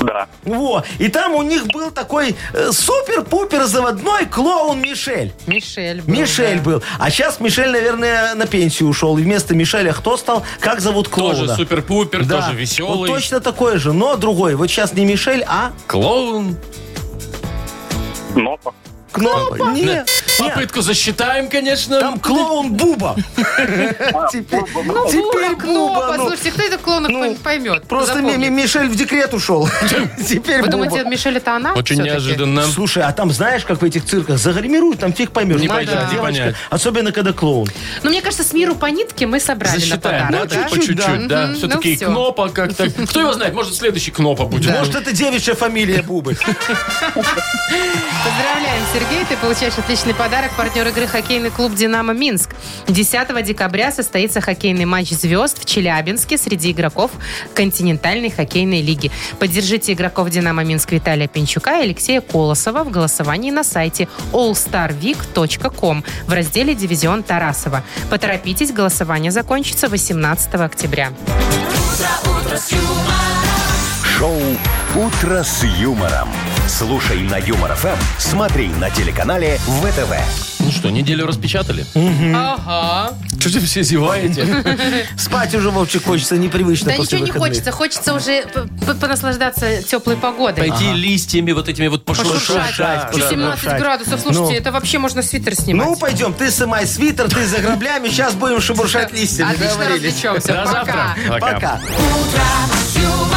H: Да.
C: Во. И там у них был такой э, супер-пупер заводной клоун Мишель.
B: Мишель был.
C: Мишель
B: да.
C: был. А сейчас Мишель, наверное, на пенсию ушел. И вместо Мишеля кто стал? Как зовут клоуна?
D: Тоже супер-пупер,
C: Да.
D: тоже веселый.
C: Вот точно такой же, но другой. Вот сейчас не Мишель, а
D: Клоун.
H: Кнопа.
C: Кнопа. Нет, нет.
D: Попытку засчитаем, конечно.
C: Там
D: *laughs*
C: клоун Буба. Теперь
B: Ну,
C: теперь
B: Буба, Клопа.
C: Буба. ну.
B: Слушайте, кто это клоунов
C: Ну,
B: поймет?
C: Просто Ми-
B: запомнит?
C: Ми- Мишель в
D: *laughs*
C: декрет ушел. Теперь
B: Вы
C: Буба.
B: думаете, Мишель это она?
D: Очень
B: всё-таки?
D: неожиданно.
C: Слушай, а там знаешь, как в этих цирках загримируют, там фиг поймешь.
D: Не
C: Мальчик,
D: пойдёт, не
C: девочка.
D: понять.
C: Особенно, когда клоун.
B: Но Ну, мне кажется, с миру по нитке мы собрали на
D: Засчитаем, да,
B: подарок.
D: да, по
C: Ну, чуть-чуть,
D: чуть-чуть,
B: да.
D: да.
B: Мгм,
D: Все-таки
B: ну всё.
D: Кнопа как-то. Кто его знает, может, следующий Кнопа будет.
C: Может, это девичья
D: *laughs*
C: фамилия Бубы.
B: Поздравляем, Сергей, ты получаешь отличный подарок. Партнер игры хоккейный клуб «Динамо Минск». 10 декабря состоится хоккейный матч «Звезд» в Челябинске среди игроков континентальной хоккейной лиги. Поддержите игроков «Динамо Минск» Виталия Пинчука и Алексея Колосова в голосовании на сайте allstarvik.com в разделе «Дивизион Тарасова». Поторопитесь, голосование закончится 18 октября.
A: Шоу «Утро с юмором». Слушай на Юмор ФМ, смотри на телеканале ВТВ.
D: Ну что, неделю распечатали?
B: Ага.
D: Что все
C: *laughs*
D: зеваете?
C: Спать уже, Вовчик, хочется непривычно
B: Да
C: после
B: ничего не хочется.
C: выходных.
B: Хочется уже п- п- понаслаждаться теплой погодой. А,
D: Пойти листьями вот этими вот пошуршать.
C: Пошуршать,
B: Пошуршать. Плюс 17
C: пошуршать.
B: градусов. Слушайте,
C: Ну.
B: это вообще можно свитер снимать.
C: Ну, пойдем, ты сымай свитер, ты за граблями, сейчас будем шебуршать листья.
B: Отлично
C: договорились.
B: развлечемся.
D: До
B: Пока.
D: завтра.
C: Пока.
K: Утро с юмором.